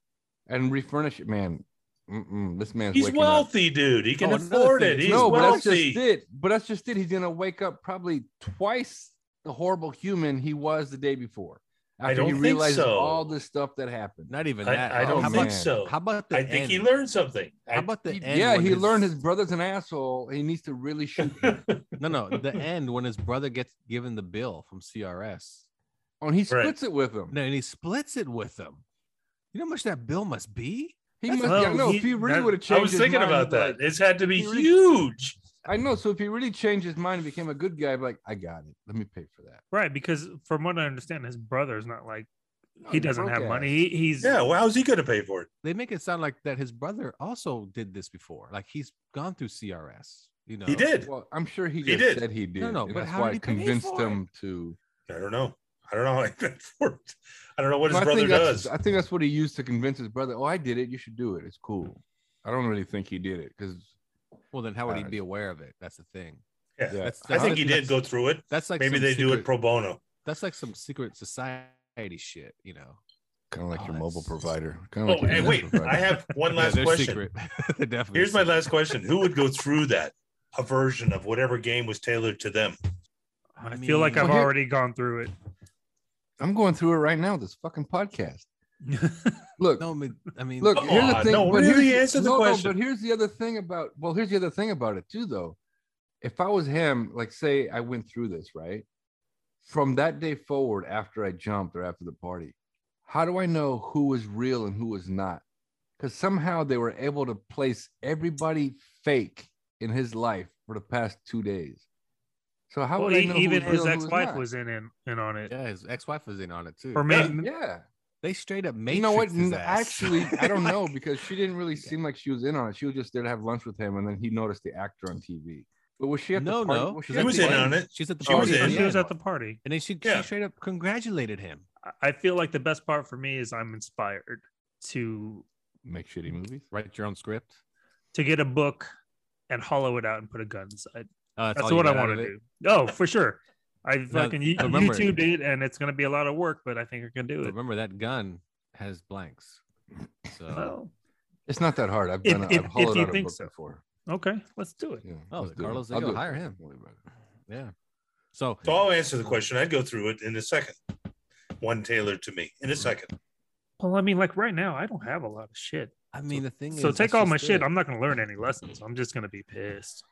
Speaker 4: and refurnish it. Man, mm-mm, this man's
Speaker 6: He's
Speaker 4: waking Up.
Speaker 6: wealthy, dude. He can
Speaker 3: Oh, another
Speaker 6: afford
Speaker 3: thing
Speaker 6: it.
Speaker 3: is-
Speaker 6: He's
Speaker 4: no, but that's
Speaker 6: wealthy.
Speaker 4: just it. But that's just it. He's gonna wake up probably twice the horrible human he was the day before. After
Speaker 6: don't
Speaker 4: he
Speaker 6: think
Speaker 4: realizes
Speaker 6: so.
Speaker 4: all this stuff that happened.
Speaker 3: Not even that.
Speaker 6: I, I
Speaker 3: Oh,
Speaker 6: don't
Speaker 3: how
Speaker 6: think
Speaker 3: about,
Speaker 4: man.
Speaker 6: so.
Speaker 3: How about the
Speaker 6: I think he
Speaker 3: end?
Speaker 6: learned something.
Speaker 3: How
Speaker 6: I, *laughs*
Speaker 3: about the
Speaker 4: He-
Speaker 3: end?
Speaker 4: yeah,
Speaker 3: when
Speaker 4: he learned his brother's an asshole. He needs to really shoot
Speaker 6: *laughs*
Speaker 4: him.
Speaker 3: *laughs* no no the end when his brother gets given the bill from CRS.
Speaker 4: Oh, and he
Speaker 6: Right.
Speaker 4: splits it with him.
Speaker 3: No, and he splits it with them. You know how much that bill must be?
Speaker 4: He
Speaker 3: That's-
Speaker 4: must. I
Speaker 5: well,
Speaker 4: know
Speaker 5: he-
Speaker 4: if he really
Speaker 5: that-
Speaker 4: would have changed.
Speaker 6: I was
Speaker 4: his
Speaker 6: thinking
Speaker 4: mind,
Speaker 6: about
Speaker 4: he'd be
Speaker 6: that.
Speaker 4: like-
Speaker 6: it's had to be
Speaker 4: he really-
Speaker 6: huge.
Speaker 4: I know. So if he really changed his mind and became a good guy, I'd be like, I got it. Let me pay for that.
Speaker 5: Right, because from what I understand, his brother's not like
Speaker 4: No,
Speaker 5: he
Speaker 4: he's
Speaker 5: doesn't
Speaker 4: Oh, broke
Speaker 5: have
Speaker 4: ass.
Speaker 5: money. He, he's
Speaker 6: Yeah. Well, how's he going to pay for it?
Speaker 3: They make it sound like that his brother also did this before. Like he's gone through CRS. You know,
Speaker 6: He did.
Speaker 4: Well, I'm sure he just
Speaker 6: He did.
Speaker 4: said he did.
Speaker 3: No, no,
Speaker 4: and
Speaker 3: but
Speaker 4: that's
Speaker 3: how
Speaker 4: why
Speaker 3: did he
Speaker 4: it
Speaker 3: pay
Speaker 4: convinced
Speaker 3: for it?
Speaker 4: him to.
Speaker 6: I don't know. I don't know how *laughs* he paid for it. I don't know what his
Speaker 4: Well, I
Speaker 6: brother
Speaker 4: think that's-
Speaker 6: does.
Speaker 4: I think that's what he used to convince his brother. Oh, I did it. You should do it. It's cool. I don't really think he did it because
Speaker 3: Well, then how would he
Speaker 4: Uh,
Speaker 3: be aware of it? That's the thing.
Speaker 6: Yeah.
Speaker 3: That's,
Speaker 6: I
Speaker 3: that's
Speaker 6: think he did go through it.
Speaker 3: That's like
Speaker 6: Maybe
Speaker 3: some
Speaker 6: they do it
Speaker 3: secret-
Speaker 6: pro bono.
Speaker 3: that's like some secret society shit. You know.
Speaker 4: kind of like
Speaker 3: Oh,
Speaker 4: your mobile
Speaker 3: that's-
Speaker 4: provider. Kind of
Speaker 6: Oh,
Speaker 4: like your
Speaker 6: and
Speaker 4: internet
Speaker 6: wait,
Speaker 4: provider.
Speaker 6: I have
Speaker 3: *laughs*
Speaker 6: one
Speaker 3: Yeah,
Speaker 6: last
Speaker 3: they're
Speaker 6: question.
Speaker 3: Secret. They're definitely
Speaker 6: Here's my
Speaker 3: secret.
Speaker 6: last question: Who would go through that? A version of whatever game was tailored to them.
Speaker 5: I, feel like
Speaker 3: mean-
Speaker 5: I've
Speaker 4: Well, here-
Speaker 5: already gone through it.
Speaker 4: I'm going through it right now. with This fucking podcast. Look,
Speaker 3: No, I mean, I mean
Speaker 4: Look,
Speaker 6: Come
Speaker 4: here's the
Speaker 6: on,
Speaker 4: thing.
Speaker 6: no,
Speaker 4: but
Speaker 6: really
Speaker 4: here's
Speaker 6: answer the
Speaker 4: no, no,
Speaker 6: question.
Speaker 4: but here's the other thing about. Well, here's the other thing about it too, though. If I was him, like say I went through this right from that day forward after I jumped or after the party, how do I know who was real and who was not? Because somehow they were able to place everybody fake in his life for the past two days. So *laughs* how
Speaker 5: well,
Speaker 4: would I
Speaker 5: e-
Speaker 4: know who
Speaker 5: even
Speaker 4: was real
Speaker 5: his
Speaker 4: and who was
Speaker 5: ex-wife
Speaker 4: not?
Speaker 5: was in, in in on it,
Speaker 3: yeah, his ex-wife was in on it too.
Speaker 5: or maybe
Speaker 4: Yeah.
Speaker 3: they straight up matrix
Speaker 4: You know what?
Speaker 3: his
Speaker 4: N-
Speaker 3: ass. *laughs*
Speaker 4: Actually, I don't
Speaker 3: Like,
Speaker 4: know because she didn't really seem like she was in on it. She was just there to have lunch with him, and then he noticed the actor on TV. But was she at the
Speaker 3: No,
Speaker 4: party?
Speaker 3: no,
Speaker 4: Was
Speaker 3: she's
Speaker 4: she
Speaker 6: He
Speaker 3: at
Speaker 4: at
Speaker 6: was
Speaker 4: the
Speaker 6: in
Speaker 4: party?
Speaker 6: on it.
Speaker 3: She's at the
Speaker 6: She
Speaker 3: party.
Speaker 6: was in.
Speaker 3: at the
Speaker 5: she was
Speaker 3: end.
Speaker 5: at the party.
Speaker 3: and then she,
Speaker 6: Yeah.
Speaker 3: she straight up congratulated him.
Speaker 5: I- I feel like the best part for me is I'm inspired to
Speaker 4: Make shitty movies.
Speaker 3: Write your own script.
Speaker 5: to get a book and hollow it out and put a gun inside.
Speaker 3: Uh,
Speaker 5: That's,
Speaker 3: all you
Speaker 5: what I
Speaker 3: got out
Speaker 5: want
Speaker 3: of
Speaker 5: to
Speaker 3: it.
Speaker 5: do. Oh, for sure. I fucking you,
Speaker 3: remember-
Speaker 5: YouTubed it, and it's going to be a lot of work, but I think I can do
Speaker 3: But
Speaker 5: it.
Speaker 3: remember that gun has blanks. So
Speaker 5: Well,
Speaker 4: It's not that hard. I've
Speaker 5: If-
Speaker 4: done it.
Speaker 5: if-
Speaker 4: I've hollowed
Speaker 5: if you
Speaker 4: out a
Speaker 5: think
Speaker 4: book
Speaker 5: so.
Speaker 4: before.
Speaker 5: okay, let's do it.
Speaker 4: Yeah,
Speaker 3: Oh,
Speaker 4: let's
Speaker 3: the
Speaker 4: do it.
Speaker 3: Carlos
Speaker 4: I'll
Speaker 3: Zego,
Speaker 4: do it.
Speaker 3: hire him.
Speaker 4: Don't worry about it.
Speaker 3: yeah. So
Speaker 6: So I'll answer the question. I'd go through it in a second. One tailored to me in a second.
Speaker 5: Well, I mean, like right now, I don't have a lot of shit.
Speaker 3: I mean the thing is
Speaker 5: So
Speaker 3: that's
Speaker 5: take all my
Speaker 3: just
Speaker 5: shit.
Speaker 3: it.
Speaker 5: I'm not going to learn any lessons. I'm just going to be pissed.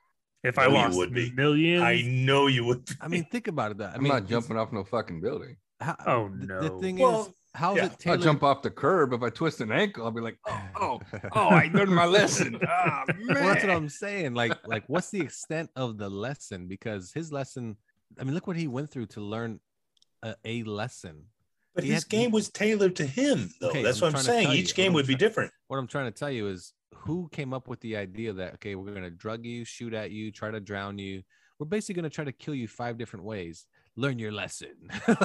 Speaker 5: If I
Speaker 6: No, you
Speaker 5: lost
Speaker 6: would be.
Speaker 5: millions, *laughs*
Speaker 6: I know you would.
Speaker 3: I mean think about it though. I
Speaker 4: I'm
Speaker 3: mean
Speaker 4: not jumping off no fucking building.
Speaker 3: How,
Speaker 5: Oh,
Speaker 3: th- The
Speaker 5: no.
Speaker 3: thing is
Speaker 6: Well,
Speaker 3: how's
Speaker 6: yeah.
Speaker 3: it
Speaker 4: I'll
Speaker 3: tailored?
Speaker 4: jump off the curb if I twist an ankle. I'll be like, oh, oh, oh I learned
Speaker 5: *laughs*
Speaker 4: my lesson. Ah, man.
Speaker 3: Well, that's what I'm saying. Like,
Speaker 6: *laughs*
Speaker 3: like, what's the extent of the lesson? Because his lesson, I mean, look what he went through to learn a, a lesson.
Speaker 6: *laughs* But
Speaker 3: He
Speaker 6: his
Speaker 3: had-
Speaker 6: game was tailored to him, though.
Speaker 3: Okay,
Speaker 6: That's
Speaker 3: I'm
Speaker 6: what I'm
Speaker 3: trying to
Speaker 6: saying.
Speaker 3: tell you.
Speaker 6: Each game
Speaker 3: I'm
Speaker 6: would be
Speaker 3: trying-
Speaker 6: different.
Speaker 3: What I'm trying to tell you is, who came up with the idea that okay, we're gonna drug you, shoot at you, try to drown you. We're basically gonna try to kill you five different ways. Learn your lesson. *laughs* like,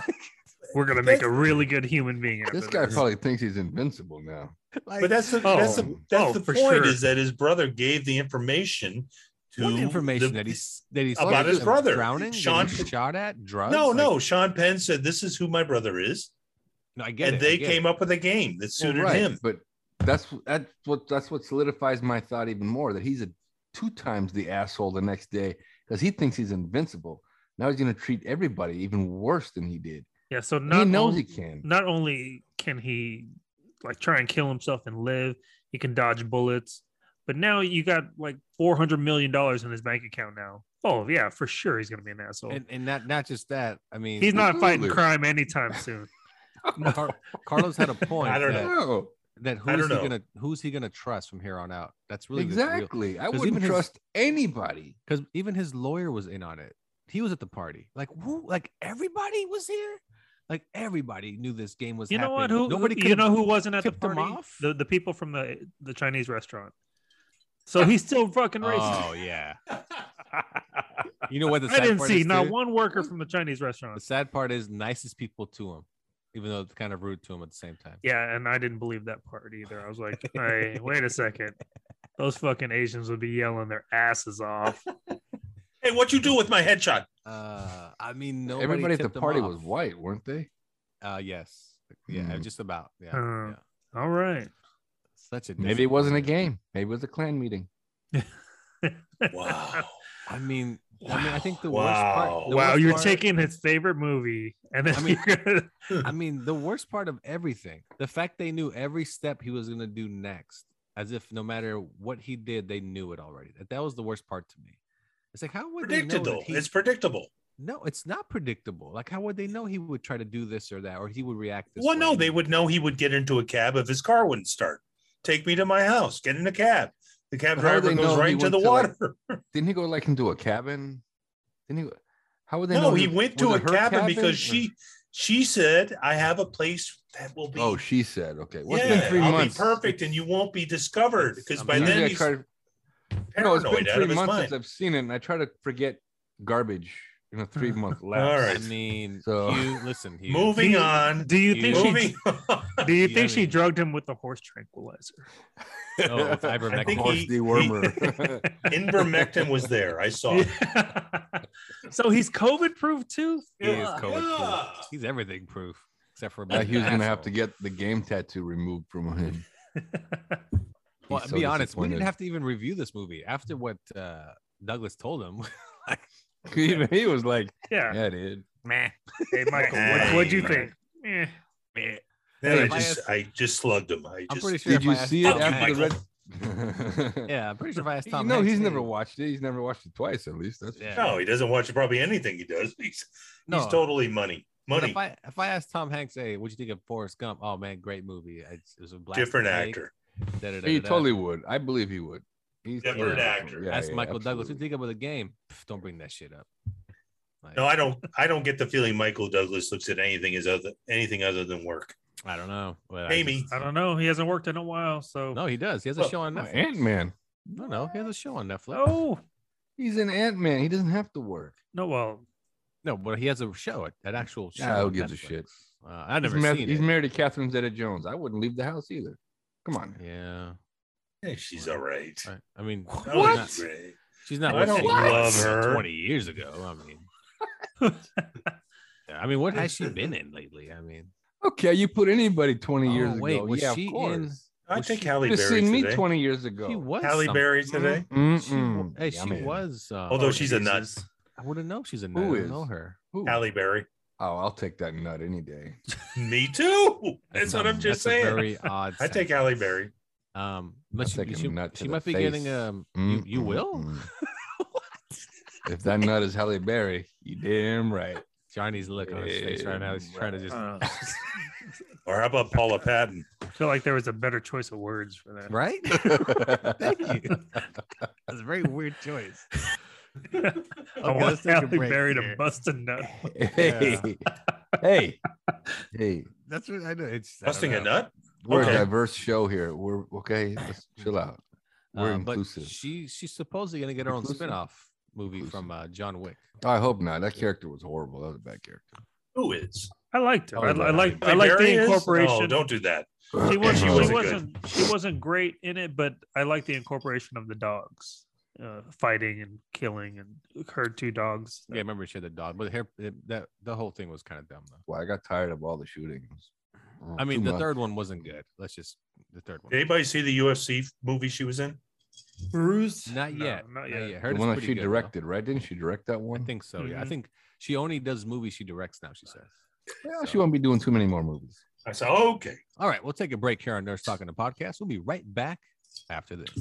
Speaker 5: we're going to make a really good human being. After
Speaker 4: This guy
Speaker 5: this.
Speaker 4: probably thinks he's invincible now.
Speaker 3: like,
Speaker 6: But that's the that's the
Speaker 4: Oh,
Speaker 6: that's
Speaker 5: oh,
Speaker 6: the
Speaker 5: for
Speaker 6: point
Speaker 5: sure.
Speaker 6: is that his brother gave the information to
Speaker 3: what information
Speaker 6: the-
Speaker 3: that he's that he's
Speaker 6: about his brother,
Speaker 3: drowning,
Speaker 6: Sean-
Speaker 3: Sean shot at, drugs.
Speaker 6: no
Speaker 3: Like,
Speaker 6: no Sean Penn said this is who my brother is,
Speaker 3: no, I get
Speaker 6: and
Speaker 3: it, I
Speaker 6: they
Speaker 3: get
Speaker 6: came
Speaker 3: it.
Speaker 6: up with a game that
Speaker 4: Well,
Speaker 6: suited
Speaker 4: right,
Speaker 6: him.
Speaker 4: But that's that's what that's what solidifies my thought even more that he's a two times the asshole the next day because he thinks he's invincible. Now he's gonna treat everybody even worse than he did.
Speaker 5: Yeah, so
Speaker 4: And
Speaker 5: not
Speaker 4: he knows
Speaker 5: only,
Speaker 4: he can.
Speaker 5: not only can he like try and kill himself and live, he can dodge bullets, but now you got like four hundred million dollars in his bank account now. Oh yeah, for sure he's gonna be an asshole.
Speaker 3: and, and not not just that. I mean,
Speaker 5: he's not fighting
Speaker 4: Absolutely.
Speaker 5: crime anytime soon.
Speaker 3: Car- Carlos
Speaker 4: *laughs*
Speaker 3: had a point.
Speaker 6: I don't
Speaker 3: that,
Speaker 6: know.
Speaker 4: No,
Speaker 3: That
Speaker 6: I
Speaker 3: who's he
Speaker 6: don't know.
Speaker 3: gonna who's he gonna trust from here on out? That's really the real-
Speaker 4: exactly. I
Speaker 3: 'Cause
Speaker 4: wouldn't
Speaker 3: even his-
Speaker 4: trust anybody.
Speaker 3: because even his lawyer was in on it. He was at the party. Like who? Like everybody was here. Like everybody knew this game was.
Speaker 5: You know what?
Speaker 3: happening.
Speaker 5: Who
Speaker 3: Nobody
Speaker 5: you
Speaker 3: could've
Speaker 5: know
Speaker 3: *laughs*
Speaker 5: who wasn't at the
Speaker 3: tipped him
Speaker 5: party?
Speaker 3: off?
Speaker 5: The the people from the the Chinese restaurant. So he's still fucking
Speaker 3: *laughs*
Speaker 5: racist.
Speaker 3: Oh yeah. You know what? The
Speaker 5: *laughs* I
Speaker 3: sad
Speaker 5: didn't
Speaker 3: part
Speaker 5: see
Speaker 3: is,
Speaker 5: not
Speaker 3: dude?
Speaker 5: one worker from the Chinese
Speaker 3: The
Speaker 5: restaurant.
Speaker 3: sad part is nicest people to him, even though it's kind of rude to him at the same time.
Speaker 5: Yeah, and I didn't believe that part either. I was like,
Speaker 3: *laughs*
Speaker 5: hey, wait a second. Those fucking Asians would be yelling their asses off.
Speaker 6: Hey, what you do with my
Speaker 4: *laughs*
Speaker 6: headshot?
Speaker 3: Uh, I mean, nobody
Speaker 4: Everybody at the
Speaker 3: tipped him
Speaker 4: party
Speaker 3: off.
Speaker 4: was white, weren't they?
Speaker 3: Uh, yes. Yeah,
Speaker 4: Mm.
Speaker 3: just about. Yeah.
Speaker 5: Uh,
Speaker 3: yeah.
Speaker 5: All right.
Speaker 3: Such a
Speaker 4: Maybe it wasn't a
Speaker 3: disappointment.
Speaker 4: game. Maybe it was a clan meeting.
Speaker 6: Wow.
Speaker 3: I mean, I mean, I think the worst
Speaker 6: Wow.
Speaker 3: part. the
Speaker 5: Wow,
Speaker 3: worst
Speaker 5: you're
Speaker 3: part-
Speaker 5: taking his favorite movie, and then
Speaker 3: I mean-
Speaker 5: you're gonna,
Speaker 3: I mean, the worst part of everything, the fact they knew every step he was gonna do next, as if no matter what he did, they knew it already. That that was the worst part to me. It's like how would they know
Speaker 6: Predictable.
Speaker 3: that he-
Speaker 6: It's predictable.
Speaker 3: no, it's not predictable. Like how would they know he would try to do this or that, or he would react this?
Speaker 6: Well,
Speaker 3: way?
Speaker 6: no, they would know he would get into a cab if his car wouldn't start. Take me to my house. Get in a cab. The cab
Speaker 4: But how would
Speaker 6: driver
Speaker 4: they
Speaker 6: goes
Speaker 4: know
Speaker 6: right
Speaker 4: he
Speaker 6: into
Speaker 4: went
Speaker 6: the
Speaker 4: to, like,
Speaker 6: water.
Speaker 4: Didn't he go like into a cabin? Didn't he? How would they know?
Speaker 6: *laughs* no, he went to a
Speaker 4: was it her
Speaker 6: cabin because
Speaker 4: or-
Speaker 6: she she said, "I have a place that will be."
Speaker 4: Oh, she said, okay. Well,
Speaker 6: yeah,
Speaker 4: it's been 3
Speaker 6: I'll
Speaker 4: months.
Speaker 6: be perfect, and you won't be discovered
Speaker 3: It's-
Speaker 6: because
Speaker 3: I
Speaker 6: by
Speaker 3: mean,
Speaker 4: Usually
Speaker 6: then
Speaker 4: I
Speaker 6: he's
Speaker 4: try to- no, it's been
Speaker 6: paranoid out
Speaker 4: three
Speaker 6: of his
Speaker 4: months since
Speaker 6: mind.
Speaker 4: I've seen it, and I try to forget garbage in
Speaker 3: *laughs*
Speaker 4: a three month lapse.
Speaker 6: All
Speaker 3: I
Speaker 6: right.
Speaker 3: mean,
Speaker 4: *laughs* So-
Speaker 3: Hugh, listen, Hugh,
Speaker 6: Moving
Speaker 5: He-
Speaker 6: on.
Speaker 5: do you
Speaker 3: You-
Speaker 5: think
Speaker 6: Moving.
Speaker 3: *laughs*
Speaker 5: she
Speaker 6: on.
Speaker 5: do you
Speaker 3: Yeah,
Speaker 5: think
Speaker 3: I
Speaker 5: she
Speaker 3: mean-
Speaker 5: drugged him with the horse tranquilizer?
Speaker 3: Oh, with
Speaker 6: I think
Speaker 3: ivermectin.
Speaker 4: Horse
Speaker 6: he-
Speaker 4: dewormer.
Speaker 6: *laughs* Invermectin was there. I saw. it.
Speaker 5: Yeah. *laughs* so he's COVID proof too.
Speaker 3: He is
Speaker 5: Ugh.
Speaker 3: COVID
Speaker 6: Yeah.
Speaker 3: proof. He's everything proof, except for
Speaker 4: *laughs* Now
Speaker 3: being
Speaker 4: he was
Speaker 3: an
Speaker 4: gonna have to
Speaker 3: asshole.
Speaker 4: get the game tattoo removed from him. He's
Speaker 3: *laughs* Well,
Speaker 4: so
Speaker 3: be honest, we didn't
Speaker 4: disappointed.
Speaker 3: have to even review this movie after what uh, Douglas told him. *laughs*
Speaker 4: Even *laughs* he was like,
Speaker 5: yeah.
Speaker 4: "Yeah, dude."
Speaker 3: Meh.
Speaker 5: Hey Michael,
Speaker 6: Hey,
Speaker 5: what, what'd you
Speaker 6: man.
Speaker 5: think? Eh.
Speaker 6: Then
Speaker 3: Hey,
Speaker 6: I
Speaker 3: if I
Speaker 6: just
Speaker 3: ask-
Speaker 6: I just slugged him. I
Speaker 3: I'm
Speaker 6: just
Speaker 3: pretty sure.
Speaker 4: Did
Speaker 3: if
Speaker 4: you
Speaker 3: I asked
Speaker 4: see it
Speaker 3: Tom
Speaker 4: after
Speaker 3: Hanks-
Speaker 4: the *laughs* red?
Speaker 3: Yeah, I'm pretty sure if I asked Tom.
Speaker 4: no,
Speaker 3: Hanks,
Speaker 4: he's
Speaker 3: hey,
Speaker 4: never watched it. He's never watched it twice, at least. That's
Speaker 3: Yeah.
Speaker 6: no, he doesn't watch probably anything he does. *laughs* He's
Speaker 3: No,
Speaker 6: he's totally money.
Speaker 3: but
Speaker 6: Money.
Speaker 3: If I if I asked Tom Hanks, hey, what you think of Forrest Gump? Oh man, great movie. I- It was a black
Speaker 6: Different actor.
Speaker 4: he totally would. I believe he would. He's
Speaker 6: Different
Speaker 4: totally
Speaker 6: actor.
Speaker 4: different.
Speaker 3: Ask Michael Douglas, what you
Speaker 4: absolutely.
Speaker 3: think about the game? Pff, don't bring that shit up. Like,
Speaker 6: No, I don't. I don't get the feeling Michael Douglas looks at anything as other anything other than work.
Speaker 3: I don't know. but I
Speaker 6: Amy,
Speaker 3: just-
Speaker 5: I don't know. He hasn't worked in a while, so
Speaker 3: no, he does. He has a
Speaker 6: Look,
Speaker 3: show on
Speaker 4: No,
Speaker 3: Netflix.
Speaker 4: Ant-Man.
Speaker 3: No, no, he has a show on Netflix.
Speaker 5: Oh
Speaker 4: He's an Ant-Man. He doesn't have to work.
Speaker 5: no, well,
Speaker 3: No, but he has a show, an- an actual show.
Speaker 4: Yeah, who
Speaker 3: on
Speaker 4: gives a
Speaker 3: Netflix.
Speaker 4: shit?
Speaker 3: Uh, I've
Speaker 4: He's,
Speaker 3: never
Speaker 4: ma-
Speaker 3: seen
Speaker 4: he's
Speaker 3: it.
Speaker 4: married to Catherine Zeta-Jones. I wouldn't leave the house either. Come on.
Speaker 3: yeah,
Speaker 6: eh, she's all right.
Speaker 3: I- I mean,
Speaker 6: That
Speaker 3: she's
Speaker 6: was
Speaker 3: not-
Speaker 6: great.
Speaker 3: She's not.
Speaker 6: I
Speaker 3: what
Speaker 6: don't
Speaker 3: she was
Speaker 6: love her.
Speaker 3: Twenty years ago. I mean, I mean, what has she been in lately? I mean,
Speaker 4: Okay, you put anybody 20
Speaker 3: Oh,
Speaker 4: years
Speaker 3: wait,
Speaker 4: ago.
Speaker 3: was
Speaker 4: yeah,
Speaker 3: she
Speaker 4: of
Speaker 3: in-
Speaker 4: course.
Speaker 6: I
Speaker 3: Was
Speaker 6: think
Speaker 3: she-
Speaker 6: Halle
Speaker 4: You'd have
Speaker 6: Berry
Speaker 4: seen me
Speaker 6: today.
Speaker 4: 20 years ago.
Speaker 3: she was
Speaker 6: Halle
Speaker 3: some- mm-hmm.
Speaker 6: Berry today.
Speaker 4: Mm-mm.
Speaker 3: She, wa- hey,
Speaker 4: Yeah,
Speaker 3: she
Speaker 4: man.
Speaker 3: was. Uh,
Speaker 6: Although
Speaker 3: oh,
Speaker 6: she's a nut.
Speaker 3: Jesus. I wouldn't know she's a nut.
Speaker 4: Who
Speaker 3: I don't know
Speaker 4: is?
Speaker 3: her.
Speaker 4: Who?
Speaker 6: Halle Berry.
Speaker 4: Oh, I'll take that nut any day.
Speaker 6: Me too. *laughs* That's what
Speaker 3: a-
Speaker 6: I'm just
Speaker 3: that's a
Speaker 6: saying.
Speaker 3: Very odd.
Speaker 6: I take
Speaker 3: sentence.
Speaker 6: Halle Berry.
Speaker 3: Um,
Speaker 4: I'll
Speaker 3: but she,
Speaker 4: take a
Speaker 3: she,
Speaker 4: nut to
Speaker 3: she
Speaker 4: the
Speaker 3: might be
Speaker 4: face.
Speaker 3: getting um. You, you
Speaker 4: Mm-mm-mm.
Speaker 3: will.
Speaker 4: *laughs* If that nut is Halle Berry, you damn right.
Speaker 3: Johnny's look on his face right now.
Speaker 4: Mm,
Speaker 3: He's trying to just.
Speaker 5: uh,
Speaker 6: Or how about Paula Patton?
Speaker 5: I feel like there was a better choice of words for that.
Speaker 3: Right? *laughs* Thank you. That's a very weird choice.
Speaker 5: I
Speaker 3: Okay,
Speaker 5: want
Speaker 3: let's take a
Speaker 5: Halle
Speaker 3: break
Speaker 5: Berry to
Speaker 3: here.
Speaker 5: bust a nut.
Speaker 4: *laughs* Hey, hey, hey.
Speaker 3: *laughs* That's what I know. It's I don't
Speaker 6: Busting a
Speaker 3: know.
Speaker 6: nut?
Speaker 4: We're
Speaker 6: Okay.
Speaker 4: a diverse show here. We're okay. Let's chill out. We're
Speaker 3: Uh, but
Speaker 4: inclusive.
Speaker 3: she she's supposedly gonna get her own
Speaker 4: Inclusive?
Speaker 3: spin-off movie from
Speaker 4: Inclusive.
Speaker 3: uh, John Wick.
Speaker 4: I hope not. That character was horrible. That was a bad
Speaker 6: Who is?
Speaker 5: I liked her.
Speaker 4: Oh,
Speaker 5: I, I
Speaker 4: yeah.
Speaker 5: like I
Speaker 6: Halle
Speaker 5: like
Speaker 6: Berry
Speaker 5: the
Speaker 6: is?
Speaker 5: incorporation.
Speaker 6: No, don't do that.
Speaker 4: *clears throat* character.
Speaker 5: she was,
Speaker 6: she
Speaker 5: she,
Speaker 6: wasn't
Speaker 5: wasn't
Speaker 6: good.
Speaker 5: she wasn't great in it, but I like the incorporation of the dogs uh, fighting and killing and her two dogs.
Speaker 3: Yeah, I remember she had the dog, but her it- that the whole thing was kind of dumb though.
Speaker 4: Well, I got tired of all the shootings. Oh,
Speaker 3: I mean,
Speaker 4: too
Speaker 3: the
Speaker 4: much.
Speaker 3: third one wasn't good. Let's just the third one.
Speaker 6: Did anybody see the UFC movie she was in?
Speaker 5: Bruised?
Speaker 3: Not yet.
Speaker 5: Not
Speaker 3: Yeah,
Speaker 5: yet.
Speaker 3: yeah.
Speaker 4: The one that she directed, right? Didn't she direct that
Speaker 3: I
Speaker 4: one?
Speaker 3: think so. Yeah, I
Speaker 5: Mhm.
Speaker 3: think she only does movies she directs now. She says.
Speaker 4: Well, she
Speaker 3: so.
Speaker 4: won't be doing too many more movies.
Speaker 6: I said, okay.
Speaker 3: All right, we'll take a break here on Nurse Talking to Podcast. We'll be right back after this.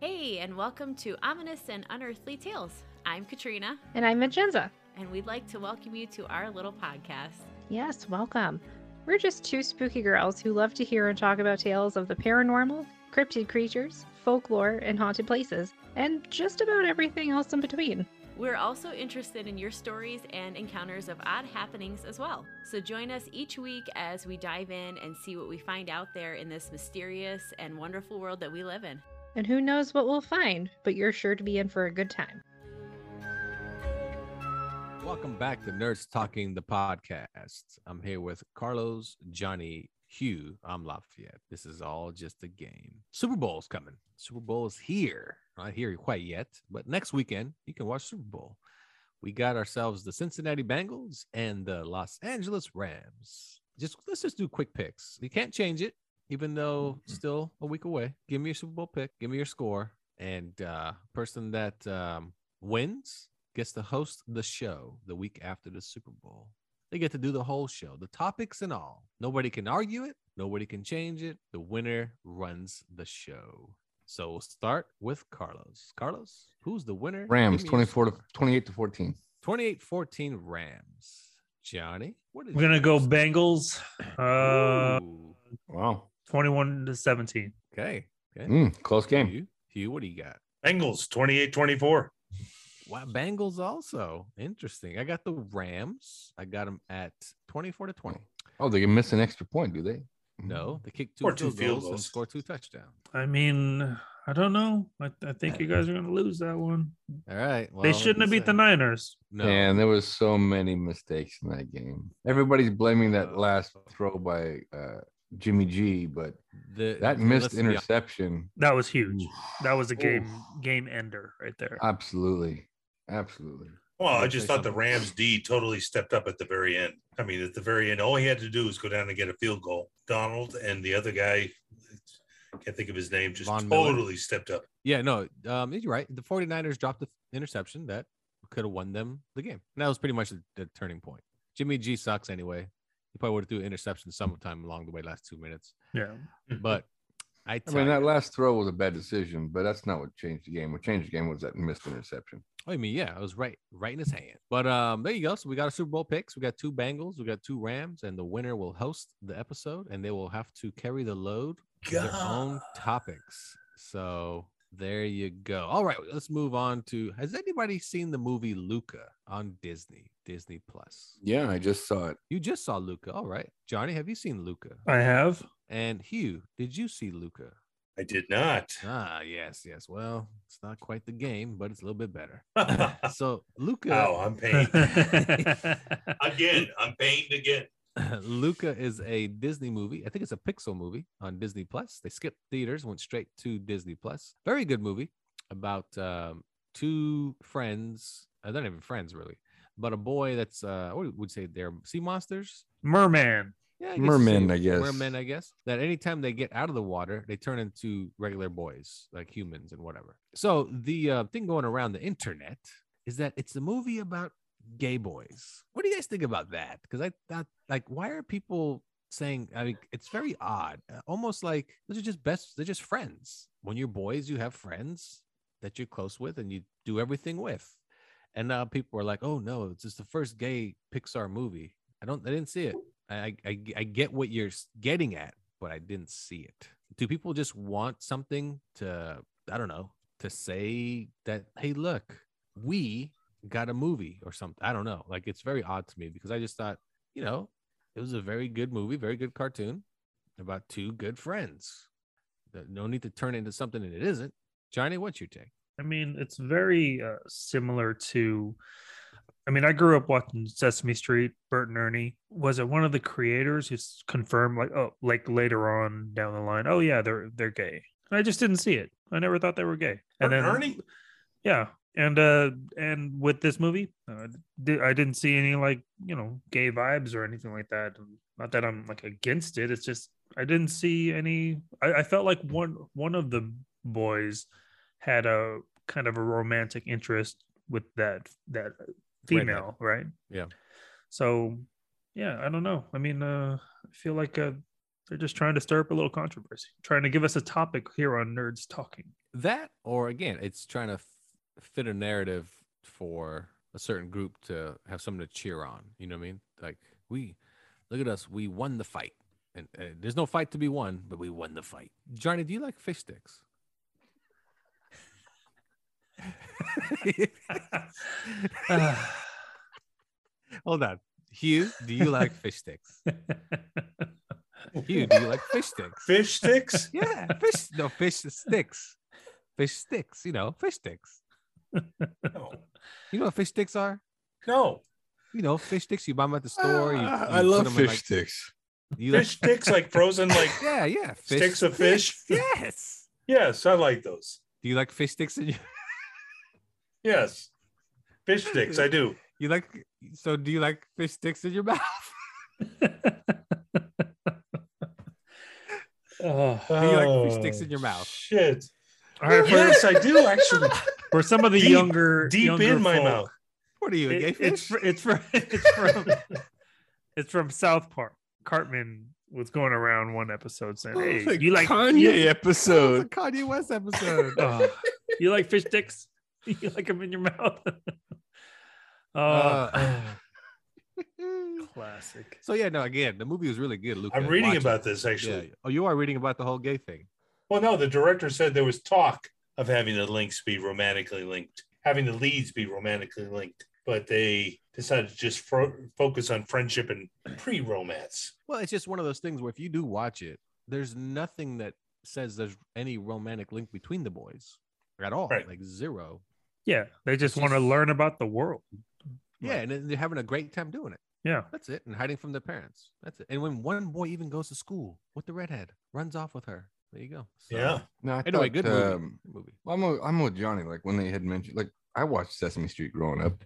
Speaker 10: Hey, and welcome to Ominous and Unearthly Tales. I'm Katrina,
Speaker 11: And I'm Vincenza.
Speaker 10: and we'd like to welcome you to our little podcast.
Speaker 11: Yes, welcome. We're just two spooky girls who love to hear and talk about tales of the paranormal, cryptid creatures, folklore, and haunted places, and just about everything else in between.
Speaker 10: We're also interested in your stories and encounters of odd happenings as well. So join us each week as we dive in and see what we find out there in this mysterious and wonderful world that we live in.
Speaker 11: And who knows what we'll find, but you're sure to be in for a good time.
Speaker 3: Welcome back to Nerds Talking the Podcast. I'm here with Carlos, Johnny, Hugh. I'm Lafayette. This is all just a game. Super Bowl's coming. Super Bowl is here. Not here quite yet, but next weekend you can watch Super Bowl. We got ourselves the Cincinnati Bengals and the Los Angeles Rams. Just let's just do quick picks. You can't change it, even though it's still a week away. Give me your Super Bowl pick. Give me your score, and uh, person that um, wins gets to host the show the week after the Super Bowl. They get to do the whole show, the topics and all. Nobody can argue it, nobody can change it. The winner runs the show. So we'll start with Carlos. Carlos, who's the winner? Give
Speaker 4: Rams
Speaker 3: me your
Speaker 4: 24 to
Speaker 3: score.
Speaker 4: 28 to 14.
Speaker 3: 28 14 Rams. Johnny, what is
Speaker 5: We're gonna go
Speaker 3: yours?
Speaker 5: Bengals, uh,
Speaker 3: Ooh,
Speaker 4: Wow.
Speaker 5: twenty-one to seventeen.
Speaker 3: okay. okay.
Speaker 4: Mm, close game.
Speaker 3: Hugh, Hugh, what do you got?
Speaker 6: Bengals 28 24.
Speaker 3: Wow, Bengals also interesting. I got the Rams. I got them at 24 to 20.
Speaker 4: Oh, they can miss an extra point, do they? Hmm.
Speaker 3: No, they kick two,
Speaker 6: Or
Speaker 3: field,
Speaker 6: two
Speaker 3: goals,
Speaker 6: field
Speaker 3: and
Speaker 6: goals.
Speaker 3: score two touchdowns.
Speaker 5: I mean, I don't know. I, I think you guys are gonna lose that one.
Speaker 3: All right. Well,
Speaker 5: they shouldn't have beat the Niners.
Speaker 3: No.
Speaker 4: And there was so many mistakes in that game. Everybody's blaming that last throw by uh, Jimmy G, but
Speaker 3: the,
Speaker 4: that
Speaker 3: let's
Speaker 4: missed
Speaker 3: be honest.
Speaker 4: interception.
Speaker 5: That was huge. That was a
Speaker 4: Oof.
Speaker 5: game game ender right there.
Speaker 4: Absolutely. Absolutely.
Speaker 6: Well, I
Speaker 3: I'll
Speaker 6: just
Speaker 3: say
Speaker 6: thought the
Speaker 3: something.
Speaker 6: Rams D totally stepped up at the very end. I mean, at the very end, all he had to do was go down and get a field goal. Donald and the other guy, can't think of his name, just
Speaker 3: Von Miller.
Speaker 6: totally stepped up.
Speaker 3: Yeah, no, um, you're right. The 49ers dropped the interception that could have won them the game. And that was pretty much the, the turning point. Jimmy G sucks anyway. He probably would have threw an interception sometime along the way, last two minutes.
Speaker 5: Yeah.
Speaker 3: *laughs* But I,
Speaker 4: I
Speaker 3: tell
Speaker 4: mean, that
Speaker 3: ya-
Speaker 4: last throw was a bad decision, but that's not what changed the game. What changed the game was that missed interception.
Speaker 3: Oh, I mean, yeah, I was right, right in his hand. But um, there you go. So we got a Super Bowl picks. We got two Bengals. We got two Rams, and the winner will host the episode, and they will have to carry the load of their own topics. So there you go. All right, let's move on to. Has anybody seen the movie Luca on Disney Disney Plus?
Speaker 4: Yeah, I just saw it.
Speaker 3: You just saw Luca. All right, Johnny, have you seen Luca?
Speaker 5: I
Speaker 4: *laughs*
Speaker 5: have.
Speaker 3: And Hugh, did you see Luca?
Speaker 6: I did not. *laughs*
Speaker 3: Ah, yes, yes. Well, it's not quite the game, but it's a little bit better.
Speaker 6: oh,
Speaker 3: *laughs* So Luca.
Speaker 6: I'm pained. again, I'm pained again.
Speaker 3: *laughs* Luca is a Disney movie. I think it's a Pixel movie on Disney Plus. They skipped theaters, went straight to Disney Plus. Very good movie about um, two friends. Uh, they're not even friends really, but a boy that's uh, what would you say they're sea monsters.
Speaker 5: Merman.
Speaker 3: Yeah, I guess you say
Speaker 4: Merman, I guess.
Speaker 3: Mermen, I guess. That anytime they get out of the water, they turn into regular boys, like humans and whatever. So the uh, thing going around the internet is that it's a movie about gay boys. What do you guys think about that? Because I thought, like, why are people saying? I mean, it's very odd. uh, Almost like those are just best. They're just friends. When you're boys, you have friends that you're close with and you do everything with. And now people are like, "Oh no, it's just the first gay Pixar movie." I don't. I didn't see it. I, I, I get what you're s- getting at, but I didn't see it. Do people just want something to, I don't know, to say that, hey, look, we got a movie or something? I don't know. Like, it's very odd to me because I just thought, you know, it was a very good movie, very good cartoon about two good friends. Th- No need to turn it into something that it isn't. Johnny, what's your take?
Speaker 5: I mean, it's very uh, similar to. I mean, I grew up watching Sesame Street. Bert and Ernie was it one of the creators who s- confirmed, like, oh, like later on down the line, oh yeah, they're they're gay. And I just didn't see it. I never thought they were gay. And
Speaker 6: Bert
Speaker 5: then
Speaker 3: *laughs*
Speaker 6: and Ernie?
Speaker 5: yeah, and uh, and with this movie, uh, di- I didn't see any like you know gay vibes or anything like that. Not that I'm like against it. It's just I didn't see any. I, I felt like one one of the boys had a kind of a romantic interest with that that female, right?
Speaker 3: Yeah.
Speaker 5: So, yeah, I don't know. I mean, uh, I feel like uh, They're just trying to stir up a little controversy, trying to give us a topic here on Nerds Talking.
Speaker 3: that or again it's trying to f- fit a narrative for a certain group to have something to cheer on you know what i mean like we look at us we won the fight and uh, there's no fight to be won but we won the fight johnny do you like fish sticks *sighs* hold on hugh do you like fish sticks hugh do you like fish sticks
Speaker 6: Fish sticks?
Speaker 3: *laughs* yeah fish no fish sticks fish sticks you know fish sticks
Speaker 6: No.
Speaker 3: you know what fish sticks are
Speaker 6: No.
Speaker 3: you know fish sticks you buy them at the store you,
Speaker 6: Ah,
Speaker 3: you
Speaker 6: I
Speaker 3: put
Speaker 6: love
Speaker 3: 'em in,
Speaker 6: fish
Speaker 3: like-
Speaker 4: sticks.
Speaker 3: you *laughs*
Speaker 6: Fish sticks like frozen like
Speaker 3: yeah yeah fish
Speaker 6: sticks of fish.
Speaker 3: *laughs* yes
Speaker 6: Yes, I like those.
Speaker 3: do you like fish sticks in your, *laughs*
Speaker 6: Yes. Fish sticks, I do.
Speaker 3: you like so do you like fish sticks in your *laughs* mouth
Speaker 5: Oh,
Speaker 3: do *laughs* you like fish sticks in your mouth
Speaker 6: Shit.
Speaker 5: All right, for,
Speaker 6: Yes, I do actually.
Speaker 5: for some of the
Speaker 6: Deep-
Speaker 5: younger,
Speaker 6: deep
Speaker 5: younger
Speaker 6: in my
Speaker 5: folk,
Speaker 6: mouth.
Speaker 3: what are you a
Speaker 5: it-
Speaker 3: gay
Speaker 5: it's
Speaker 3: fish
Speaker 5: fr- *laughs* it's from it's from it's from South Park. Cartman was going around one episode
Speaker 6: Oh,
Speaker 5: saying, "Hey,
Speaker 4: It's a
Speaker 5: you like
Speaker 4: Kanye
Speaker 5: you,
Speaker 3: It's a
Speaker 4: episode?
Speaker 3: kanye west episode
Speaker 5: *laughs*
Speaker 3: Uh,
Speaker 5: oh, you like fish sticks? *laughs* You like them in your mouth?" *laughs* oh,
Speaker 3: Uh,
Speaker 5: classic.
Speaker 3: *laughs* so yeah no again the movie was really good Luke.
Speaker 6: I'm reading about this actually.
Speaker 3: oh you are reading about the whole gay thing
Speaker 6: Well, no, the director said there was talk of having the links be romantically linked, having the leads be romantically linked, but they decided to just fro- focus on friendship and pre romance.
Speaker 3: Well, it's just one of those things where if you do watch it, there's nothing that says there's any romantic link between the boys at all.
Speaker 6: Right.
Speaker 3: Like zero.
Speaker 5: Yeah, they just want to learn about the world.
Speaker 3: Yeah, and then they're having a great time doing it.
Speaker 5: Yeah,
Speaker 3: That's it. And hiding from their parents. That's it. And when one boy even goes to school with the redhead, runs off with her. There you go. So-
Speaker 6: Yeah.
Speaker 4: No, I
Speaker 3: Anyway, good movie.
Speaker 4: um,
Speaker 3: Good movie.
Speaker 4: Well, I'm with, I'm with Johnny. Like when they had mentioned, like I watched Sesame Street growing up,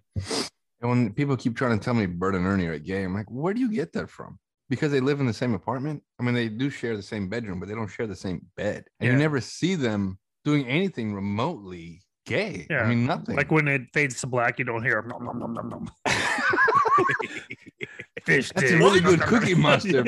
Speaker 4: and when people keep trying to tell me Bert and Ernie are gay, I'm like, where do you get that from? Because they live in the same apartment. I mean, they do share the same bedroom, but they don't share the same bed, and
Speaker 5: Yeah.
Speaker 4: you never see them doing anything remotely gay.
Speaker 5: Yeah.
Speaker 4: I mean, nothing.
Speaker 5: like when it fades to black, you don't hear nom, nom, nom, nom, nom. *laughs* fish.
Speaker 4: That's a
Speaker 5: sticks. *laughs*
Speaker 4: really good Cookie Monster.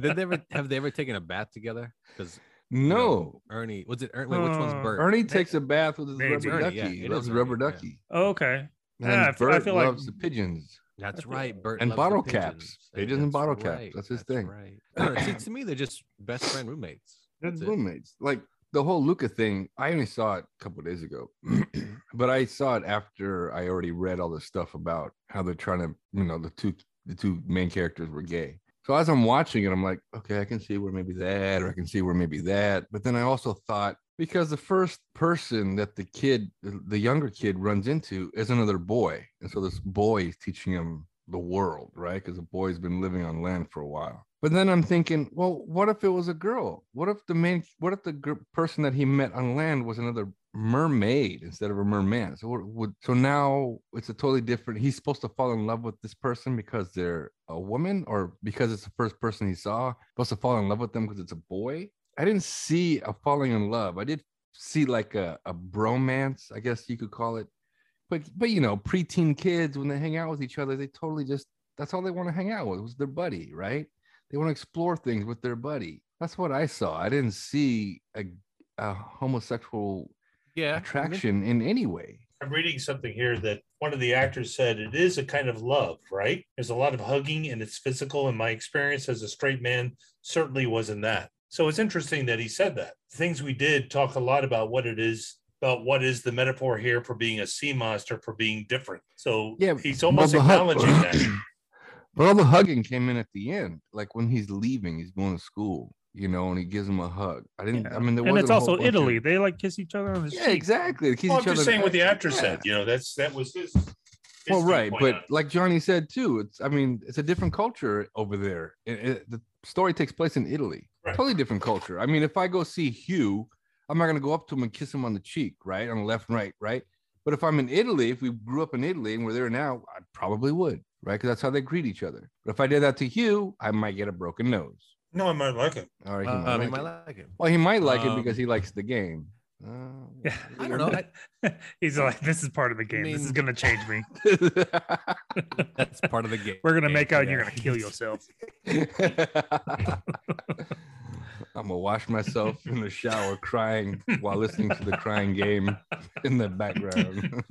Speaker 3: Did they ever *laughs* have they ever taken a bath together? Because
Speaker 4: no,
Speaker 3: Ernie was it Ernie? Wait, which one's
Speaker 5: Uh,
Speaker 3: Bert?
Speaker 4: Ernie takes a bath with his
Speaker 5: Ernie,
Speaker 4: rubber
Speaker 3: yeah,
Speaker 4: ducky.
Speaker 3: it
Speaker 4: he
Speaker 3: is
Speaker 4: loves a
Speaker 3: Ernie,
Speaker 4: rubber
Speaker 3: yeah.
Speaker 4: ducky.
Speaker 5: okay.
Speaker 4: And
Speaker 5: Yeah, I f- I
Speaker 4: Bert
Speaker 5: feel like-
Speaker 4: loves the pigeons.
Speaker 3: That's
Speaker 5: feel-
Speaker 3: right, Bert.
Speaker 4: and
Speaker 3: loves the
Speaker 4: bottle caps.
Speaker 3: pigeons.
Speaker 4: Pigeons and
Speaker 3: That's
Speaker 4: bottle caps.
Speaker 3: right.
Speaker 4: That's his thing.
Speaker 3: Right. I don't know, see, to me, they're just best friend roommates.
Speaker 4: They're
Speaker 3: That's it.
Speaker 4: roommates. Like the whole Luca thing, I only saw it a couple days ago, *clears throat* but I saw it after I already read all the stuff about how they're trying to, you know, the two the two main characters were gay. So as I'm watching it, I'm like, okay, I can see where maybe that, or I can see where maybe that. But then I also thought because the first person that the kid, the the younger kid, runs into is another boy, and so this boy is teaching him the world, right? Because the boy's been living on land for a while. But then I'm thinking, well, what if it was a girl? What if the main, what if the gr- person that he met on land was another mermaid instead of a merman? So what would so now it's a totally different. He's supposed to fall in love with this person because they're a woman, or because it's the first person he saw. Supposed to fall in love with them because it's a boy. I didn't see a falling in love. I did see like a, a bromance, I guess you could call it. But but you know, preteen kids when they hang out with each other, they totally just that's all they want to hang out with was their buddy, right? They want to explore things with their buddy. That's what I saw. I didn't see a, a homosexual
Speaker 3: Yeah.
Speaker 4: attraction in any way.
Speaker 6: I'm reading something here that one of the actors said it is a kind of love, right? There's a lot of hugging and it's physical. And my experience as a straight man certainly wasn't that. So it's interesting that he said that. The things we did talk a lot about what it is, about what is the metaphor here for being a sea monster, for being different. So
Speaker 4: Yeah,
Speaker 6: he's almost
Speaker 4: but the hu-
Speaker 6: acknowledging
Speaker 4: *laughs* *clears throat*
Speaker 6: that.
Speaker 4: But all the hugging came in at the end, like when he's leaving, he's going to school, you know, and he gives him a hug. I didn't.
Speaker 5: Yeah.
Speaker 4: I mean, there
Speaker 5: and
Speaker 4: wasn't
Speaker 5: it's
Speaker 4: a whole
Speaker 5: also
Speaker 4: bunch of-
Speaker 5: Italy. They like kiss each other on the
Speaker 4: yeah,
Speaker 5: cheek.
Speaker 4: exactly. They kiss
Speaker 6: Well, I'm
Speaker 4: each other
Speaker 6: just
Speaker 4: in
Speaker 6: saying
Speaker 4: the
Speaker 6: what the
Speaker 4: back.
Speaker 6: actor said.
Speaker 4: Yeah.
Speaker 6: You know, that's that was his. his
Speaker 4: well, right,
Speaker 6: viewpoint
Speaker 4: but
Speaker 6: on it.
Speaker 4: like Johnny said too, it's I mean, it's a different culture over there. It- it- the story takes place in Italy,
Speaker 6: Right.
Speaker 4: totally different culture. I mean, if I go see Hugh, I'm not gonna go up to him and kiss him on the cheek, right, on the left and right, right. But if I'm in Italy, if we grew up in Italy and we're there now, I probably would, right, because that's how they greet each other. But if I did that to Hugh, I might get a broken nose.
Speaker 6: no, I might like him.
Speaker 4: All right, he
Speaker 3: Uh,
Speaker 4: might
Speaker 3: I
Speaker 4: like
Speaker 3: mean, I
Speaker 4: it.
Speaker 3: like it.
Speaker 4: well, he might like it
Speaker 3: Um,
Speaker 4: because he likes the game.
Speaker 5: *laughs*
Speaker 4: Uh,
Speaker 5: Yeah,
Speaker 3: *laughs* I don't know.
Speaker 5: *laughs* He's like, this is part of the game. this is
Speaker 3: mean-
Speaker 5: gonna change me.
Speaker 3: *laughs*
Speaker 4: *laughs*
Speaker 3: That's part of the game.
Speaker 5: We're gonna make out. and You're
Speaker 3: Yeah.
Speaker 5: gonna kill yourself.
Speaker 4: I'm gonna wash myself in the shower crying while listening to the crying *laughs* game in the background.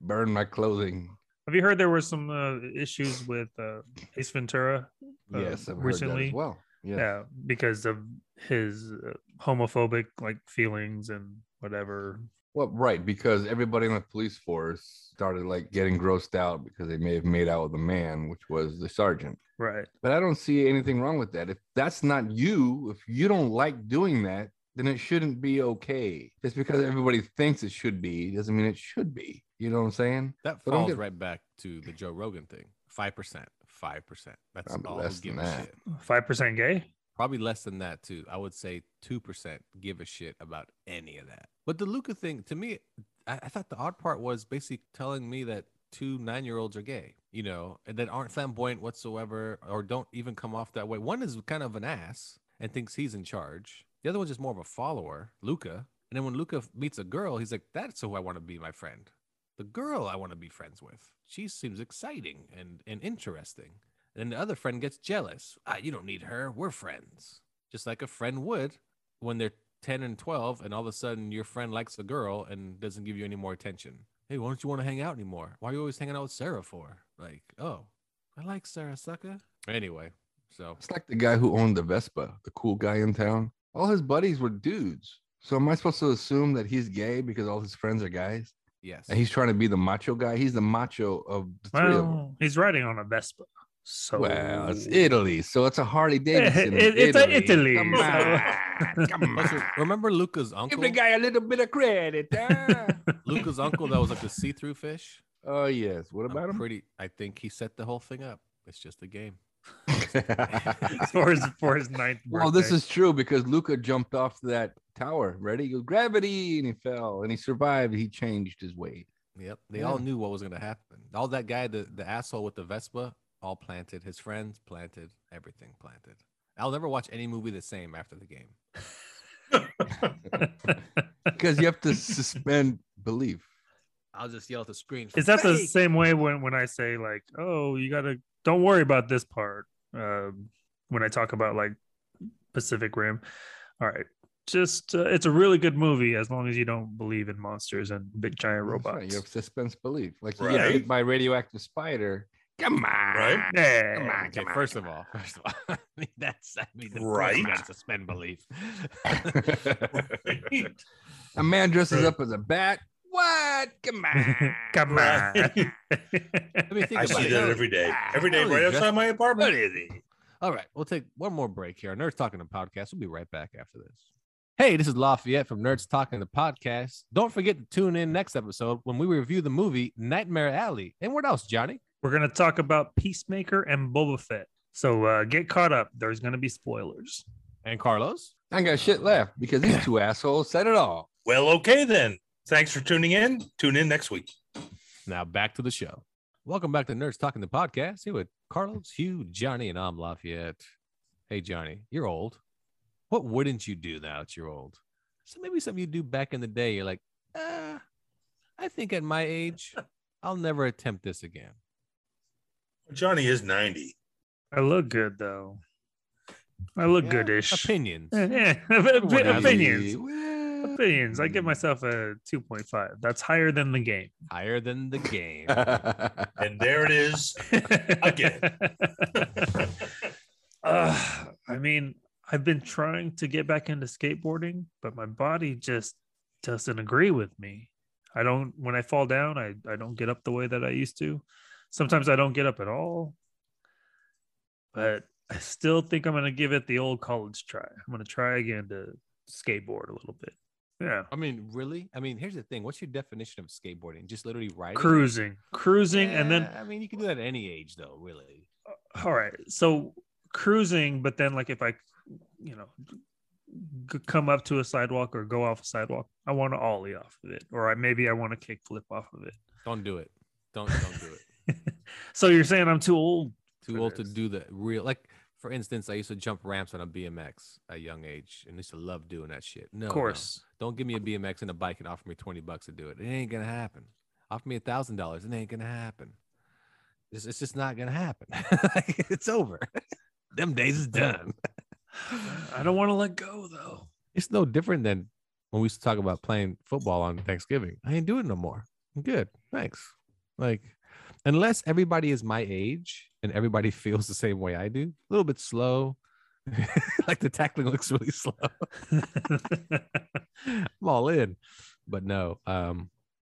Speaker 4: Burn my clothing.
Speaker 5: *laughs* Have you heard there were some uh, issues with uh, Ace Ventura? uh,
Speaker 4: Yes, I've heard that as
Speaker 5: recently.
Speaker 4: well. Yes.
Speaker 5: Yeah, because of his uh, homophobic like feelings and whatever.
Speaker 4: Well, right, because everybody in the police force started like getting grossed out because they may have made out with a man, which was the sergeant.
Speaker 5: Right.
Speaker 4: But I don't see anything wrong with that. If that's not you, if you don't like doing that, then it shouldn't be okay. Just because everybody thinks it should be doesn't mean it should be. You know what I'm saying?
Speaker 3: That
Speaker 4: So don't
Speaker 3: falls
Speaker 4: get-
Speaker 3: right back to the Joe Rogan thing. Five percent. Five percent. That's
Speaker 4: Probably
Speaker 3: all who
Speaker 4: less than
Speaker 3: give a
Speaker 4: that.
Speaker 3: shit.
Speaker 5: Five percent gay.
Speaker 3: Probably less than that too. I would say two percent give a shit about any of that. But the Luca thing to me, I, I thought the odd part was basically telling me that two nine-year-olds are gay, you know, and that aren't flamboyant whatsoever, or don't even come off that way. One is kind of an ass and thinks he's in charge. The other one's just more of a follower, Luca. And then when Luca meets a girl, he's like, "That's who I want to be, my friend." the girl I want to be friends with. She seems exciting and, and interesting. And the other friend gets jealous. Ah, you don't need her. We're friends. Just like a friend would when they're 10 and 12, and all of a sudden your friend likes a girl and doesn't give you any more attention. Hey, why don't you want to hang out anymore? Why are you always hanging out with Sarah for? Like, oh, I like Sarah, sucker. Anyway, so
Speaker 4: It's like the guy who owned the Vespa, the cool guy in town. All his buddies were dudes. So am I supposed to assume that he's gay because all his friends are guys?
Speaker 3: yes.
Speaker 4: And he's trying to be the macho guy. He's the macho of the three of them.
Speaker 5: Well, he's riding on a Vespa. So *laughs*
Speaker 4: Well, it's Italy, so it's a Harley Davidson. in
Speaker 5: it- it's a Italy,
Speaker 4: Come
Speaker 5: so- *laughs*
Speaker 4: on, come
Speaker 3: Also,
Speaker 4: on.
Speaker 3: remember Luca's
Speaker 4: Give
Speaker 3: uncle?
Speaker 4: the guy a little bit of credit.
Speaker 5: *laughs*
Speaker 4: huh?
Speaker 3: Luca's uncle that was like the see through fish?
Speaker 4: *laughs* oh yes. What
Speaker 3: I'm
Speaker 4: about *laughs* him?
Speaker 3: pretty. I think he set the whole thing up. It's just a game.
Speaker 5: for his for his ninth.
Speaker 4: well, this
Speaker 5: birthday.
Speaker 4: is true because Luca jumped off that tower. Ready? He goes gravity, and he fell, and he survived. He changed his *laughs* weight.
Speaker 3: Yep. They
Speaker 4: Yeah.
Speaker 3: all knew what was going to happen. All that guy, the, the asshole with the Vespa, all planted. His friends planted. Everything planted. I'll never watch any movie the same after the game.
Speaker 5: *laughs*
Speaker 4: because you have to suspend belief.
Speaker 3: I'll just yell at the screen.
Speaker 5: Is that the
Speaker 3: "Fake!"
Speaker 5: same way when when I say like, oh, you gotta don't worry about this part? Um, when I talk about like Pacific Rim, all right, just uh, it's a really good movie as long as you don't believe in monsters and big giant
Speaker 4: That's right,
Speaker 5: robots.
Speaker 4: You have suspense belief. Like you
Speaker 6: Right.
Speaker 4: get bit by a radioactive spider. Come on.
Speaker 6: Right.
Speaker 5: Yeah.
Speaker 4: Come on.
Speaker 3: Okay,
Speaker 4: Come on.
Speaker 3: first of all, first of all, *laughs* I mean, that's I mean, the first
Speaker 6: Right.
Speaker 3: man to suspend belief. *laughs*
Speaker 4: a man dresses
Speaker 6: Right.
Speaker 4: up as a bat. What? Come on.
Speaker 5: Come on.
Speaker 6: Right.
Speaker 5: *laughs*
Speaker 3: Let me think
Speaker 6: *laughs* I
Speaker 3: about
Speaker 6: see
Speaker 3: it.
Speaker 6: that every day.
Speaker 4: Ah,
Speaker 6: Every day, right
Speaker 3: Just-
Speaker 6: outside my apartment.
Speaker 3: All right, we'll take one more break here. on Nerds Talking to Podcast. We'll be right back after this. Hey, this is Lafayette from Nerds Talking to Podcast. Don't forget to tune in next episode when we review the movie Nightmare Alley. And what else, Johnny?
Speaker 5: We're gonna talk about Peacemaker and Boba Fett. So uh, get caught up. There's gonna be spoilers.
Speaker 3: And Carlos?
Speaker 4: I ain't got shit left because these two assholes said it all.
Speaker 6: Well, okay then. Thanks for tuning in. Tune in next week.
Speaker 3: Now back to the show. Welcome back to Nerds Talking to Podcast. Here with Carlos, Hugh, Johnny, and I'm Lafayette. Hey, Johnny, you're old. What wouldn't you do now that you're old? So maybe something you do back in the day, you're like, ah, I think at my age, I'll never attempt this again.
Speaker 6: Johnny is 90.
Speaker 5: I look good though. I look
Speaker 3: Yeah,
Speaker 5: goodish. *laughs*
Speaker 3: Opinions.
Speaker 5: Eh, eh,
Speaker 3: Everyone has
Speaker 5: opinions.
Speaker 4: Well,
Speaker 5: opinions. I give myself a 2.5. That's higher than the game.
Speaker 3: Higher than the game.
Speaker 4: *laughs*
Speaker 6: And there it is. Again.
Speaker 5: *laughs* Ugh, I mean, I've been trying to get back into skateboarding, but my body just doesn't agree with me. I don't, when I fall down, I, I don't get up the way that I used to. Sometimes I don't get up at all. But I still think I'm going to give it the old college try. I'm going to try again to skateboard a little bit. Yeah.
Speaker 3: I mean, really? I mean, here's the thing. What's your definition of skateboarding? Just literally riding?
Speaker 5: Cruising, cruising, and then
Speaker 3: Yeah, I mean, you can do that at any age, though, really.
Speaker 5: all right so cruising but then like if i you know g- come up to a sidewalk or go off a sidewalk i want to ollie off of it or I, maybe i want to kick flip off of
Speaker 3: Don't do it.
Speaker 5: *laughs*
Speaker 3: Don't don't do it.
Speaker 5: it *laughs* so you're saying i'm too old
Speaker 3: Too
Speaker 5: For
Speaker 3: old to
Speaker 5: this.
Speaker 3: do the real. Like For instance, I used to jump ramps on a BMX at a young age and used to love doing that shit. No,
Speaker 5: of course.
Speaker 3: no. Don't give me a BMX and a bike and offer me 20 bucks to do it. It ain't going to happen. Offer me a thousand dollars. It ain't going to happen. It's, it's just not going to happen. *laughs* it's over. *laughs* Them days is done.
Speaker 5: I don't want to let go though.
Speaker 3: It's no different than when we used to talk about playing football on Thanksgiving. I ain't doing it no more. I'm good. Thanks. Like, unless everybody is my age and everybody *laughs* feels the same way I do, a little bit slow. *laughs* like the tackling looks really
Speaker 6: *laughs*
Speaker 3: slow. I'm all in. But no, um,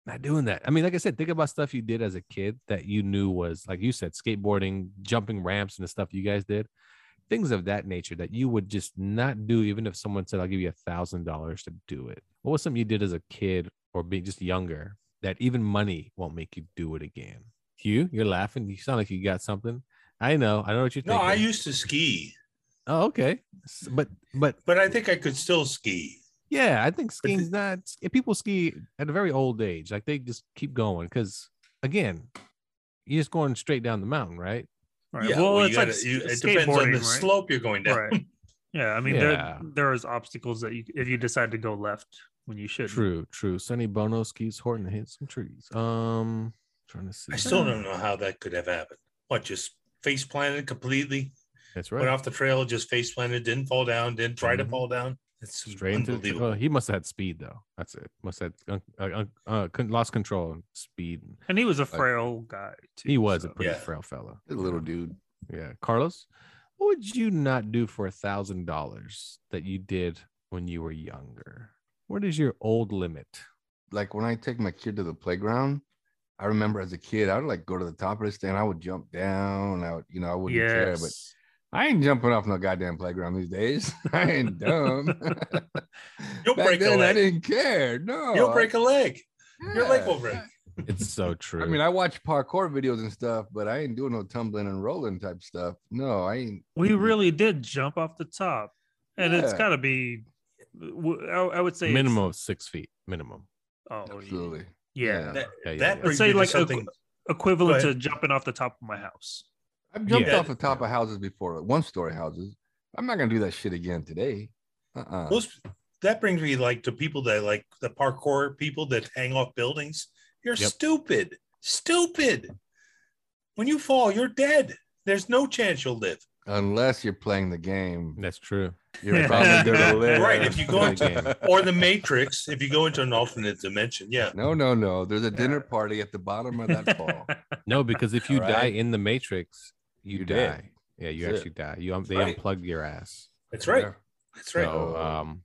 Speaker 3: not doing that. I mean, like I said, think about stuff you did as a kid that you knew was, like you said, skateboarding, jumping ramps, and the stuff you guys did things of that nature that you would just not do even if someone said i'll give you a thousand dollars to do it what was something you did as a kid or being just younger that even money won't make you do it again hugh you're laughing you sound like you got something i know i know what you're
Speaker 6: *laughs* No,
Speaker 3: thinking
Speaker 6: I used to ski,
Speaker 3: oh okay S- but but
Speaker 6: but I think I could still ski.
Speaker 3: yeah i think skiing's not if people ski at a very old age like they just keep going because again you're just going straight down the mountain right
Speaker 5: Right.
Speaker 6: Yeah,
Speaker 5: well,
Speaker 6: well, you
Speaker 5: it's like
Speaker 6: gotta- you-
Speaker 5: s-
Speaker 6: it depends on
Speaker 5: skateboarding,
Speaker 6: the
Speaker 5: right?
Speaker 6: slope you're going down.
Speaker 5: Right. Yeah, I mean
Speaker 3: Yeah.
Speaker 5: there there is obstacles that you if you decide to go left when you should.
Speaker 3: True, true. Sonny Bono skis Horton hit some trees. Um, trying to see.
Speaker 6: I still don't know how that could have happened. What, just face planted completely?
Speaker 3: That's
Speaker 6: Went
Speaker 3: right.
Speaker 6: off the trail, just face planted, didn't fall down, didn't try to
Speaker 5: Mm-hmm.
Speaker 3: Mhm.
Speaker 6: fall down. It's
Speaker 3: Straight into the
Speaker 6: unbelievable.
Speaker 3: well, he must have had speed though. That's it. Must have had, uh, uh, uh, con- lost control and speed.
Speaker 5: And he was a
Speaker 3: Like-
Speaker 5: frail guy too.
Speaker 3: He was a
Speaker 5: so-
Speaker 3: pretty
Speaker 6: Yeah.
Speaker 3: frail fella.
Speaker 4: The little dude.
Speaker 3: Yeah, Carlos, what would you not do for a thousand dollars that you did when you were younger? What is your old limit?
Speaker 4: Like when I take my kid to the playground, I remember as a kid, I would like go to the top of this thing. I would jump down. I would, you know, I wouldn't care. But
Speaker 5: Yes.
Speaker 4: I ain't jumping off no goddamn playground these days. *laughs* I ain't dumb. *laughs*
Speaker 6: You'll
Speaker 4: Back
Speaker 6: break a
Speaker 4: then, I
Speaker 6: leg.
Speaker 4: didn't care. No,
Speaker 6: You'll break a leg. Your leg will
Speaker 4: yeah.
Speaker 6: break.
Speaker 3: It's *laughs* so true.
Speaker 4: I mean, I watch parkour videos and stuff, but I ain't doing no tumbling and rolling type stuff. No, I ain't.
Speaker 5: We really did jump off the top, and it's
Speaker 4: Yeah.
Speaker 5: got to be. w- I I would say it's-
Speaker 3: minimum of six feet. Minimum.
Speaker 5: Oh, yeah.
Speaker 4: Absolutely.
Speaker 5: Yeah.
Speaker 4: Yeah.
Speaker 6: That,
Speaker 3: Yeah, yeah,
Speaker 6: that
Speaker 3: yeah.
Speaker 6: brings
Speaker 5: Say
Speaker 6: me to
Speaker 5: like a-
Speaker 6: something.
Speaker 5: equivalent
Speaker 6: Go
Speaker 5: to
Speaker 6: ahead.
Speaker 5: jumping off the top of my house.
Speaker 4: I've jumped
Speaker 6: Yeah.
Speaker 4: off the top of houses before, one story houses. I'm not gonna do that shit again today. Uh-uh.
Speaker 6: Those, that brings me like to people that like the parkour people that hang off buildings. You're
Speaker 3: Yep.
Speaker 6: stupid, stupid. When you fall, you're dead. There's no chance you'll live.
Speaker 4: Unless you're playing the game,
Speaker 3: That's true.
Speaker 4: you're
Speaker 5: *laughs*
Speaker 4: probably gonna live.
Speaker 6: Right, if you go
Speaker 3: into-
Speaker 6: Or
Speaker 3: *laughs*
Speaker 6: the Matrix, if you go into an alternate dimension, yeah.
Speaker 4: No, no, no. There's a dinner
Speaker 5: Yeah.
Speaker 4: party at the bottom of
Speaker 5: *laughs*
Speaker 4: that fall.
Speaker 3: No, because if you
Speaker 4: All
Speaker 3: die
Speaker 4: right.
Speaker 3: in the Matrix, you,
Speaker 4: You
Speaker 3: die.
Speaker 4: dead.
Speaker 3: Yeah, you
Speaker 4: That's it.
Speaker 3: actually die. You um, they
Speaker 6: Right.
Speaker 3: unplug your ass.
Speaker 6: That's right.
Speaker 4: Yeah.
Speaker 6: That's right.
Speaker 3: So
Speaker 4: Oh.
Speaker 3: um,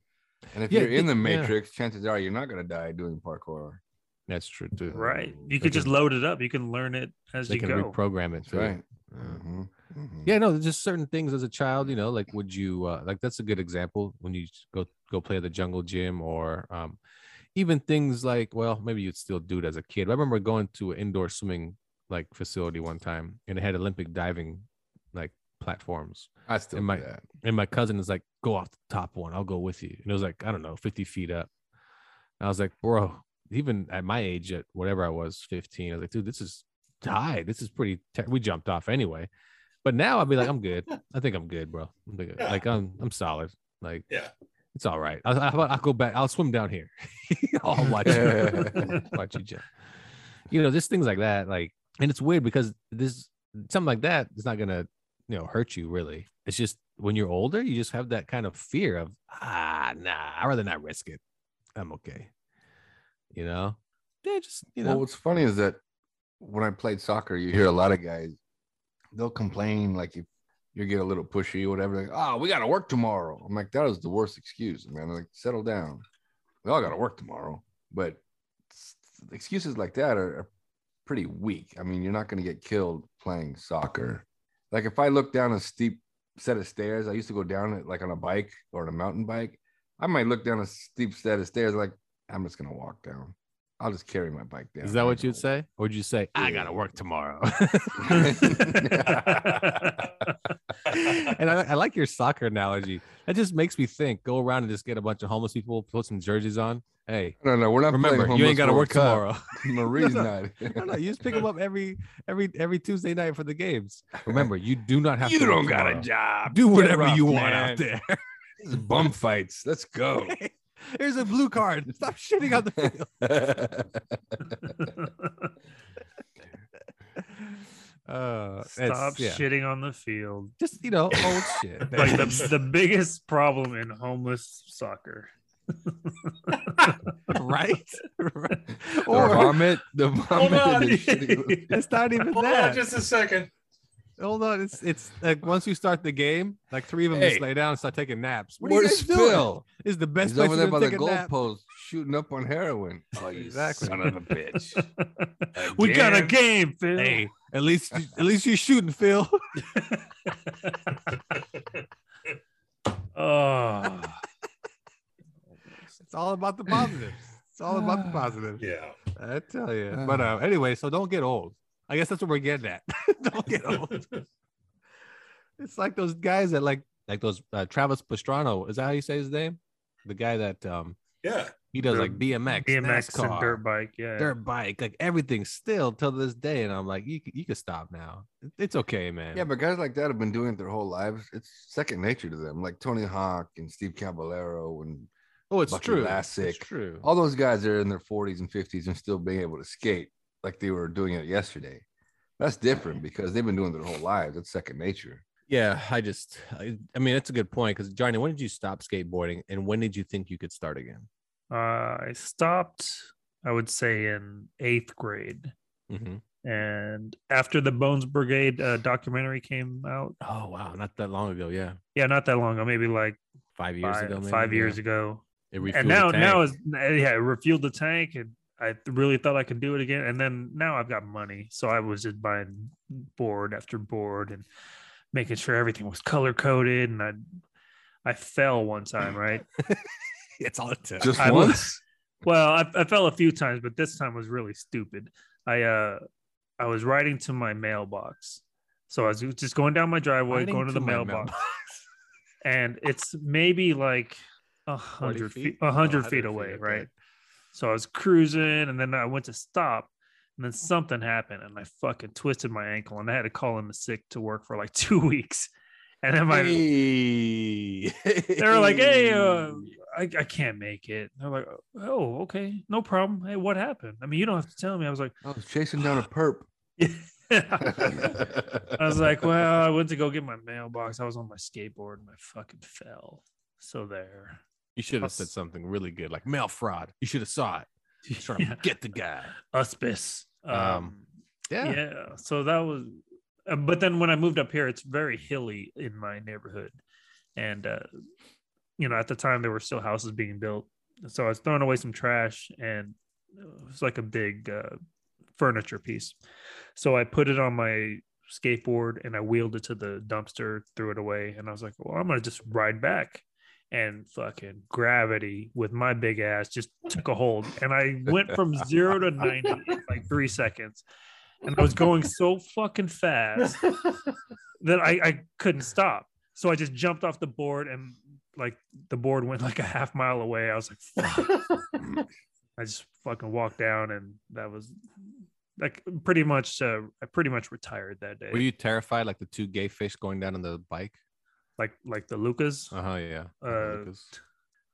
Speaker 4: And if
Speaker 3: Yeah,
Speaker 4: you're in
Speaker 3: the-
Speaker 4: the
Speaker 3: yeah.
Speaker 4: matrix, chances are you're not gonna die doing parkour.
Speaker 3: that's true too.
Speaker 5: Right.
Speaker 4: Ooh.
Speaker 5: You
Speaker 3: They
Speaker 5: could just
Speaker 3: can-
Speaker 5: load it up. You can learn it as
Speaker 3: They
Speaker 5: you
Speaker 3: can
Speaker 5: go. *laughs*
Speaker 3: reprogram it.
Speaker 4: That's
Speaker 3: Too.
Speaker 4: right.
Speaker 3: Yeah.
Speaker 4: Mhm, mhm.
Speaker 3: Yeah, no, there's just certain things as a child, you know, like would you uh, like that's a good example when you go go play at the jungle gym or um, even things like well maybe you'd still do it as a kid. I remember going to an indoor swimming like facility one time and it had Olympic diving like platforms
Speaker 4: I still
Speaker 3: It
Speaker 4: do
Speaker 3: might-
Speaker 4: that.
Speaker 3: And my cousin is like, go off the top one. I'll go with you. And it was like, I don't know, 50 feet up. And I was like, bro, even at my age, at whatever I was, 15, I was like, dude, this is high. This is pretty. Ter-. We jumped off anyway. But now I'd be like, I'm
Speaker 6: *laughs*
Speaker 3: good. I think I'm good, bro. I'm like,
Speaker 6: Yeah.
Speaker 3: like, I'm, I'm solid. Like,
Speaker 6: Yeah.
Speaker 3: It's all right. I'll, I'll, I'll go back. I'll swim down here. *laughs* I'll watch
Speaker 6: *laughs*
Speaker 3: you. watch you jump. You know, just things like that. Like, and it's weird because this something like that is not gonna you know hurt you really it's just when you're older you just have that kind of fear of ah nah i'd rather not risk it i'm okay you know yeah just you know
Speaker 4: Well, what's funny is that when I played soccer, you hear a lot of guys, they'll complain like if you get a little pushy or whatever, like, oh, we got to work tomorrow. I'm like, that is the worst excuse, man. Like, settle down. We all got to work tomorrow. But s- excuses like that are, are pretty weak. I mean, you're not going to get killed playing soccer. Like, if I look down a steep set of stairs, I used to go down it like on a bike or on a mountain bike. I might look down a steep set of stairs, like, I'm just going to walk down. I'll just carry my bike down.
Speaker 3: is that
Speaker 4: I
Speaker 3: what you'd
Speaker 4: don't-
Speaker 3: say or would you
Speaker 4: *laughs*
Speaker 3: say i gotta work tomorrow and I, I like your soccer analogy. That just makes me think. Go around and just get a bunch of homeless people, put some jerseys on. Hey,
Speaker 4: No, no, we're not playing
Speaker 3: remember you
Speaker 4: Homeless
Speaker 3: ain't got to
Speaker 4: World
Speaker 3: work
Speaker 4: Cup.
Speaker 3: tomorrow. *laughs*
Speaker 4: *laughs* Marie's
Speaker 3: No,
Speaker 4: not.
Speaker 3: no,
Speaker 4: *laughs*
Speaker 3: no, you just pick them up every every every Tuesday night for the games. Remember, you do not have.
Speaker 4: You
Speaker 3: to work
Speaker 4: don't got a
Speaker 3: tomorrow.
Speaker 4: job.
Speaker 3: Do
Speaker 4: Get
Speaker 3: whatever
Speaker 4: rough,
Speaker 3: you want
Speaker 4: man.
Speaker 3: out there.
Speaker 4: This is bum fights. Let's *laughs* go.
Speaker 3: *laughs* Here's a blue card. Stop shitting
Speaker 4: *laughs*
Speaker 3: on the field. Uh, it's-
Speaker 5: Stop
Speaker 3: yeah.
Speaker 5: shitting on the field.
Speaker 3: Just you know, old shit.
Speaker 4: *laughs*
Speaker 5: Like the, the biggest problem in homeless soccer.
Speaker 4: *laughs*
Speaker 3: right? *laughs* Right.
Speaker 4: The vomit.
Speaker 3: *laughs*
Speaker 4: The
Speaker 6: Hold
Speaker 4: vomit.
Speaker 6: on.
Speaker 4: and the shitty-
Speaker 3: it's not *laughs* even
Speaker 6: Hold
Speaker 3: that.
Speaker 6: on just a second.
Speaker 3: Hold on, it's it's like once you start the game, like three of them
Speaker 4: Hey.
Speaker 3: just lay down and start taking naps. What are you
Speaker 4: Where's
Speaker 3: guys doing?
Speaker 4: Phil?
Speaker 3: This is the best
Speaker 4: He's
Speaker 3: place
Speaker 4: over
Speaker 3: for
Speaker 4: there
Speaker 3: them
Speaker 4: by
Speaker 3: to
Speaker 4: the
Speaker 3: take a nap.
Speaker 4: goalpost, shooting up on
Speaker 3: *laughs*
Speaker 4: heroin. Oh, you
Speaker 3: Exactly.
Speaker 4: son of a bitch.
Speaker 5: *laughs* we got a game, Phil.
Speaker 3: Hey, at least you- at least you're shooting, Phil. *laughs*
Speaker 5: *laughs* Oh,
Speaker 3: It's all
Speaker 4: *sighs*
Speaker 3: about the positives. It's all about the positives.
Speaker 6: Yeah.
Speaker 3: I tell you. But uh, anyway, so don't get old. I guess that's what we're getting at. *laughs* don't get old. it's like those guys that like like those uh, Travis Pastrano. Is that how you say his name? The guy that um
Speaker 6: *laughs* Yeah.
Speaker 3: he does
Speaker 5: Dirt-
Speaker 3: like BMX,
Speaker 5: BMX and
Speaker 3: NASCAR,
Speaker 5: dirt bike. Yeah.
Speaker 3: dirt bike, like everything still till this day. And I'm like, you c- you can stop now. It- It's okay, man.
Speaker 4: Yeah, but guys like that have been doing it their whole lives. It's second nature to them, like Tony Hawk and Steve Caballero and
Speaker 3: oh, it's
Speaker 4: Bucky
Speaker 3: true. It's
Speaker 4: Lassick.
Speaker 3: true.
Speaker 4: all those guys are in their 40s and 50s and still being able to skate like they were doing it yesterday. That's different because they've been doing it their whole lives. That's second nature.
Speaker 3: Yeah, I just, I, I mean, that's a good point because Johnny, when did you stop skateboarding, and when did you think you could start again?
Speaker 5: Uh, I stopped, I would say, in eighth grade.
Speaker 3: Mm-hmm.
Speaker 5: And after the Bones Brigade uh, documentary came out,
Speaker 3: Oh wow, not that long ago. Yeah,
Speaker 5: yeah, not that long ago, maybe like
Speaker 3: five years
Speaker 5: five,
Speaker 3: ago. Maybe,
Speaker 5: five years
Speaker 3: yeah.
Speaker 5: ago.
Speaker 3: It refueled the
Speaker 5: and now, now
Speaker 3: tank.
Speaker 5: is yeah, I refueled the tank, and I really thought I could do it again. And then now I've got money, so I was just buying board after board and making sure everything was color coded. And I, I fell one time, right?
Speaker 3: *laughs* it's all it took.
Speaker 4: Just
Speaker 5: I-
Speaker 4: once.
Speaker 5: Well, I, I fell a few times, but this time was really stupid. I uh, I was riding to my mailbox, so I was just going down my driveway,
Speaker 3: Riding
Speaker 5: going to,
Speaker 3: to
Speaker 5: the
Speaker 3: my
Speaker 5: mailbox, and it's maybe like a hundred feet,
Speaker 3: Oh,
Speaker 5: a
Speaker 3: 100
Speaker 5: hundred feet
Speaker 3: feet,
Speaker 5: away,
Speaker 3: okay.
Speaker 5: right? So I was cruising, and then I went to stop, and then something happened, and I fucking twisted my ankle, and I had to call in the sick to work for like *laughs* two weeks, and then my *laughs* they were like,
Speaker 3: *laughs*
Speaker 5: "Hey, uh, I, I can't make it." They're like, "Oh, okay, no problem. Hey, what happened? I mean, you don't have to tell me." I was like, *laughs*
Speaker 4: I was Oh, chasing
Speaker 5: *sighs*
Speaker 4: down a perp.
Speaker 5: "I was like, well, I went to go get my mailbox. I was on my skateboard and I fucking fell." So there.
Speaker 3: You should have
Speaker 5: Us-
Speaker 3: said something really good, like mail fraud. *laughs* You should have saw it. He's trying
Speaker 5: Yeah.
Speaker 3: to get the guy.
Speaker 5: Uspis. Um,
Speaker 3: Um,
Speaker 5: yeah.
Speaker 3: Yeah.
Speaker 5: So that was, uh, but then when I moved up here, it's very hilly in my neighborhood, and uh, you know, at the time there were still houses being built, so I was throwing away some trash, and it was like a big uh, furniture piece, so I put it on my skateboard and I wheeled it to the dumpster, threw it away, and I was like, well, I'm gonna just ride back. And fucking gravity with my big ass just took a hold. And
Speaker 3: *laughs*
Speaker 5: I went from zero to 90 in like three seconds and I was going so fucking fast that I, I couldn't stop. So I just jumped off the board and like the board went like a half mile away. I was like, fuck. I just fucking walked down and that was like pretty much, uh, I pretty much retired that day.
Speaker 3: Were you terrified, like the two gay fish going down on the bike?
Speaker 5: like, like the Lucas.
Speaker 3: Uh huh.
Speaker 5: *laughs*
Speaker 3: Yeah.
Speaker 5: Uh,
Speaker 3: Lucas.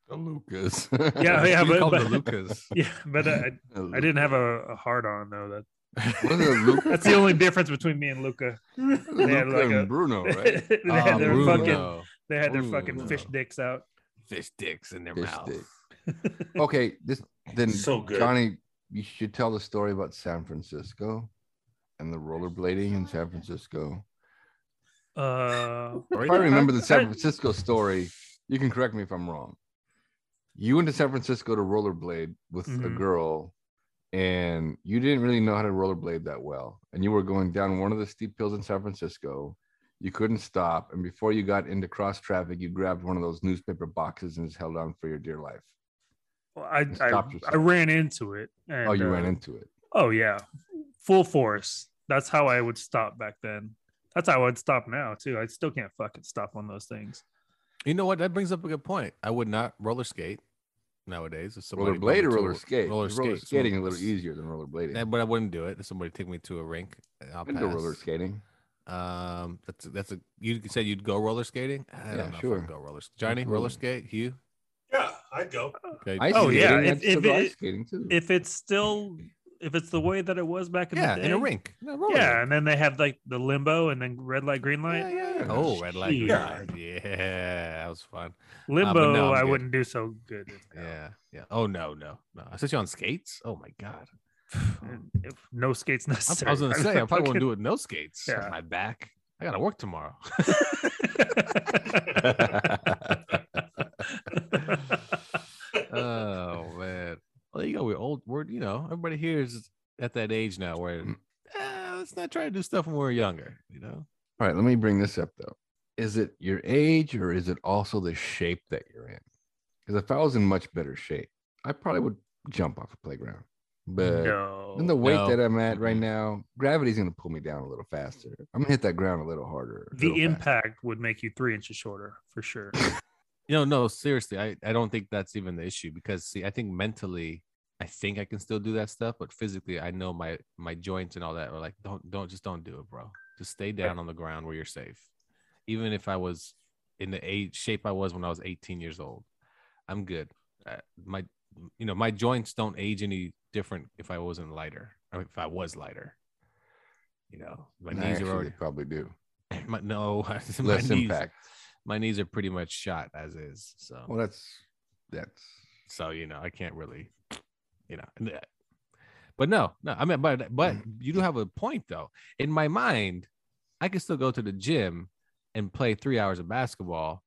Speaker 4: The Lucas. *laughs*
Speaker 5: yeah, yeah,
Speaker 3: You
Speaker 5: but-
Speaker 3: call them
Speaker 5: but-
Speaker 3: the Lucas.
Speaker 5: yeah. *laughs* But I,
Speaker 4: The
Speaker 5: I didn't
Speaker 3: *laughs*
Speaker 5: have a, a hard on though. That,
Speaker 4: *laughs* Wasn't it Luca,
Speaker 5: that's the only difference between me and Luca. They had
Speaker 4: Luca
Speaker 5: like uh,
Speaker 4: and
Speaker 5: a, *laughs*
Speaker 4: Bruno,
Speaker 5: they
Speaker 4: right?
Speaker 5: had
Speaker 3: Ah,
Speaker 5: their
Speaker 3: Bruno.
Speaker 5: fucking, they had their fucking
Speaker 4: Bruno.
Speaker 5: fish dicks out.
Speaker 3: fish dicks in their
Speaker 4: Fish
Speaker 3: mouth.
Speaker 4: stick.
Speaker 5: *laughs*
Speaker 4: Okay, this then
Speaker 6: So good.
Speaker 4: Johnny, you should tell the story about San Francisco and the rollerblading in San Francisco.
Speaker 5: Uh,
Speaker 4: If I remember the San
Speaker 5: I-
Speaker 4: Francisco story, you can correct me if I'm wrong. You went to San Francisco to rollerblade with a
Speaker 5: Mhm.
Speaker 4: girl, and you didn't really know how to rollerblade that well. And you were going down one of the steep hills in San Francisco. You couldn't stop. And before you got into cross traffic, you grabbed one of those newspaper boxes and just held on for your dear life.
Speaker 5: Well, I,
Speaker 4: You
Speaker 5: I,
Speaker 4: stopped
Speaker 5: I
Speaker 4: yourself.
Speaker 5: ran into it. And,
Speaker 4: oh, you
Speaker 5: uh,
Speaker 4: ran into it.
Speaker 5: Oh yeah, full force. That's how I would stop back then. That's how I'd stop now too. I still can't fucking stop on those things.
Speaker 3: You know what? That brings up a good point. I would not roller skate nowadays. If somebody brought me
Speaker 4: rollerblade or
Speaker 3: to a-
Speaker 4: roller skate?
Speaker 3: Roller,
Speaker 4: roller
Speaker 3: skate.
Speaker 4: skating a little easier than rollerblading.
Speaker 3: Yeah, but I wouldn't do it. If somebody take me to a rink, I'll
Speaker 4: I can go
Speaker 3: pass.
Speaker 4: roller skating.
Speaker 3: Um, that's that's a you said you'd go roller skating. I don't
Speaker 4: Yeah,
Speaker 3: know if I'd
Speaker 4: sure.
Speaker 3: go roller. Johnny, roller skate. Hugh.
Speaker 6: Yeah, I'd go.
Speaker 3: Okay.
Speaker 4: Ice
Speaker 5: oh
Speaker 4: skating,
Speaker 5: yeah,
Speaker 4: I'd
Speaker 5: if,
Speaker 4: still
Speaker 5: if,
Speaker 4: go ice
Speaker 5: it,
Speaker 4: skating too.
Speaker 5: if it's still if it's the way that it was back in
Speaker 3: yeah,
Speaker 5: the day,
Speaker 3: in a Oh, rink. No, roller
Speaker 5: Yeah,
Speaker 3: rink.
Speaker 5: and then they have like the limbo and then red light, green light.
Speaker 3: Yeah, yeah, yeah. Oh, red light. green
Speaker 5: Yeah.
Speaker 3: light. Yeah, that was fun.
Speaker 5: Limbo,
Speaker 3: no, I'm
Speaker 5: I
Speaker 3: good.
Speaker 5: wouldn't do so good.
Speaker 3: Yeah, yeah. Oh no, no, no. Especially on skates. Oh my god.
Speaker 5: If no skates *laughs*
Speaker 3: I,
Speaker 5: necessary.
Speaker 3: I was gonna
Speaker 5: I'm
Speaker 3: say I probably won't
Speaker 5: fucking-
Speaker 3: do it with no skates.
Speaker 5: Yeah.
Speaker 3: My back. I gotta work
Speaker 5: *laughs*
Speaker 3: tomorrow. *laughs* oh man. Well, there you go. We're old. We're you know everybody here is at that age now where
Speaker 5: Mm.
Speaker 3: "Ah, let's not try to do stuff when we we're younger. You know.
Speaker 4: All right, let me bring this up though. Is it your age or is it also the shape that you're in? Because if I was in much better shape, I probably would jump off a playground. But
Speaker 5: No.
Speaker 4: in the weight
Speaker 3: No.
Speaker 4: that I'm at right
Speaker 3: Mm-mm.
Speaker 4: now, gravity's gonna pull me down a little faster. I'm gonna hit that ground a little harder. a
Speaker 5: the
Speaker 4: little faster.
Speaker 5: impact would make you three inches shorter for sure.
Speaker 3: You know, no, seriously, I, I don't think that's even the issue because see, I think mentally, I think I can still do that stuff, but physically, I know my my joints and all that are like, don't don't just don't do it, bro. Just stay down on the ground where you're safe. Even if I was in the age shape I was when I was 18 years old, I'm good. Uh, my you know my joints don't age any different if I wasn't lighter. I mean, if I was lighter, you know, my
Speaker 4: And
Speaker 3: knees
Speaker 4: actually,
Speaker 3: are
Speaker 4: they
Speaker 3: already *laughs*
Speaker 4: probably do.
Speaker 3: my, no *laughs* my
Speaker 4: Less
Speaker 3: knees,
Speaker 4: impact.
Speaker 3: My knees are pretty much shot as is. So
Speaker 4: Well, that's *laughs* that's
Speaker 3: so you know i can't really you know and that- but no no i mean but but you do have a point though in my mind i can still go to the gym and play three hours of basketball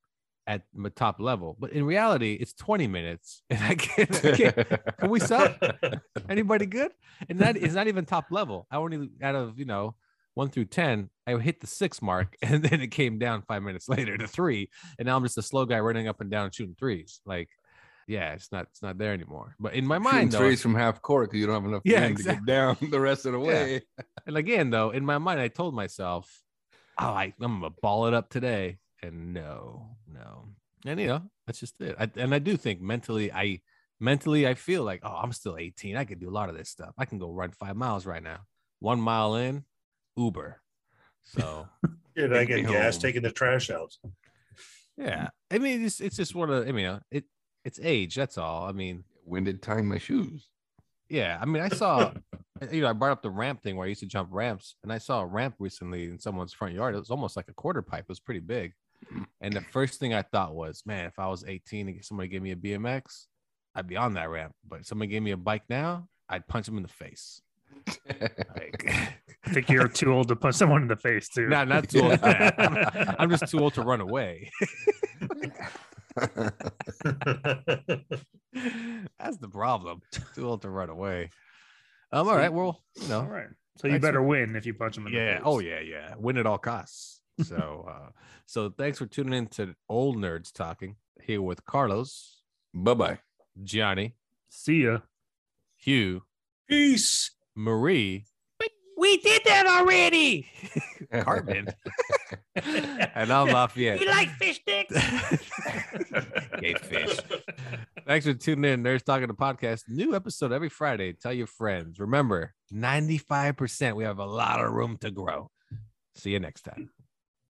Speaker 3: at my top level but in reality it's 20 minutes *laughs* and i can't, I can't can we sub anybody good and that is not even top level i only out of you know one through ten i hit the six mark *laughs* and then it came down five minutes later to three and now i'm just a slow guy running up and down shooting threes like yeah, it's not it's not there anymore. But in my
Speaker 4: Shooting
Speaker 3: mind, though,
Speaker 4: threes from half court because you don't have enough
Speaker 3: Yeah,
Speaker 4: wind to get down the rest of the
Speaker 3: Yeah.
Speaker 4: way.
Speaker 3: and again, though, in my mind, I told myself, "Oh, I, I'm gonna ball it up today," and no, no, and you know, that's just it. I, and I do think mentally, I mentally I feel like, "Oh, I'm still 18. I can do a lot of this stuff. I can go run five miles right now. One mile in, Uber." So
Speaker 6: Dude, I get
Speaker 3: Take me
Speaker 6: gas
Speaker 3: home.
Speaker 6: taking the trash out.
Speaker 3: yeah, I mean, it's it's just one of I mean, uh, it it's age. That's all. I mean,
Speaker 4: *laughs* When did time my shoes? *laughs*
Speaker 3: Yeah, I mean, I saw, you know, I brought up the ramp thing where I used to jump ramps, and I saw a ramp recently in someone's front yard. It was almost like a quarter pipe. It was pretty big, and the first thing I thought was, man, if I was 18 and somebody gave me a BMX, I'd be on that ramp. But if somebody gave me a bike now, I'd punch them in the face. Like, *laughs*
Speaker 5: I think you're too old to punch *laughs* someone in the face too.
Speaker 3: no, not too old. for that. I'm, I'm just too old to run away. *laughs* That's the problem. Too old to run away. Um, all right. Well, you know,
Speaker 5: All right. So you
Speaker 3: That's
Speaker 5: better
Speaker 3: what-
Speaker 5: win if you punch him in the
Speaker 3: yeah
Speaker 5: face.
Speaker 3: oh yeah yeah win at all costs so
Speaker 7: *laughs*
Speaker 3: uh so thanks for tuning in to old nerds talking here with carlos
Speaker 4: Bye bye.
Speaker 3: johnny
Speaker 5: See ya.
Speaker 3: hugh
Speaker 6: Peace.
Speaker 3: marie
Speaker 7: We did that already. *laughs*
Speaker 3: cartman and i'm lafayette
Speaker 7: You like fish sticks?
Speaker 3: *laughs* Gay fish. thanks for tuning in nerds talking the podcast new episode every friday tell your friends remember 95% we have a lot of room to grow see you next time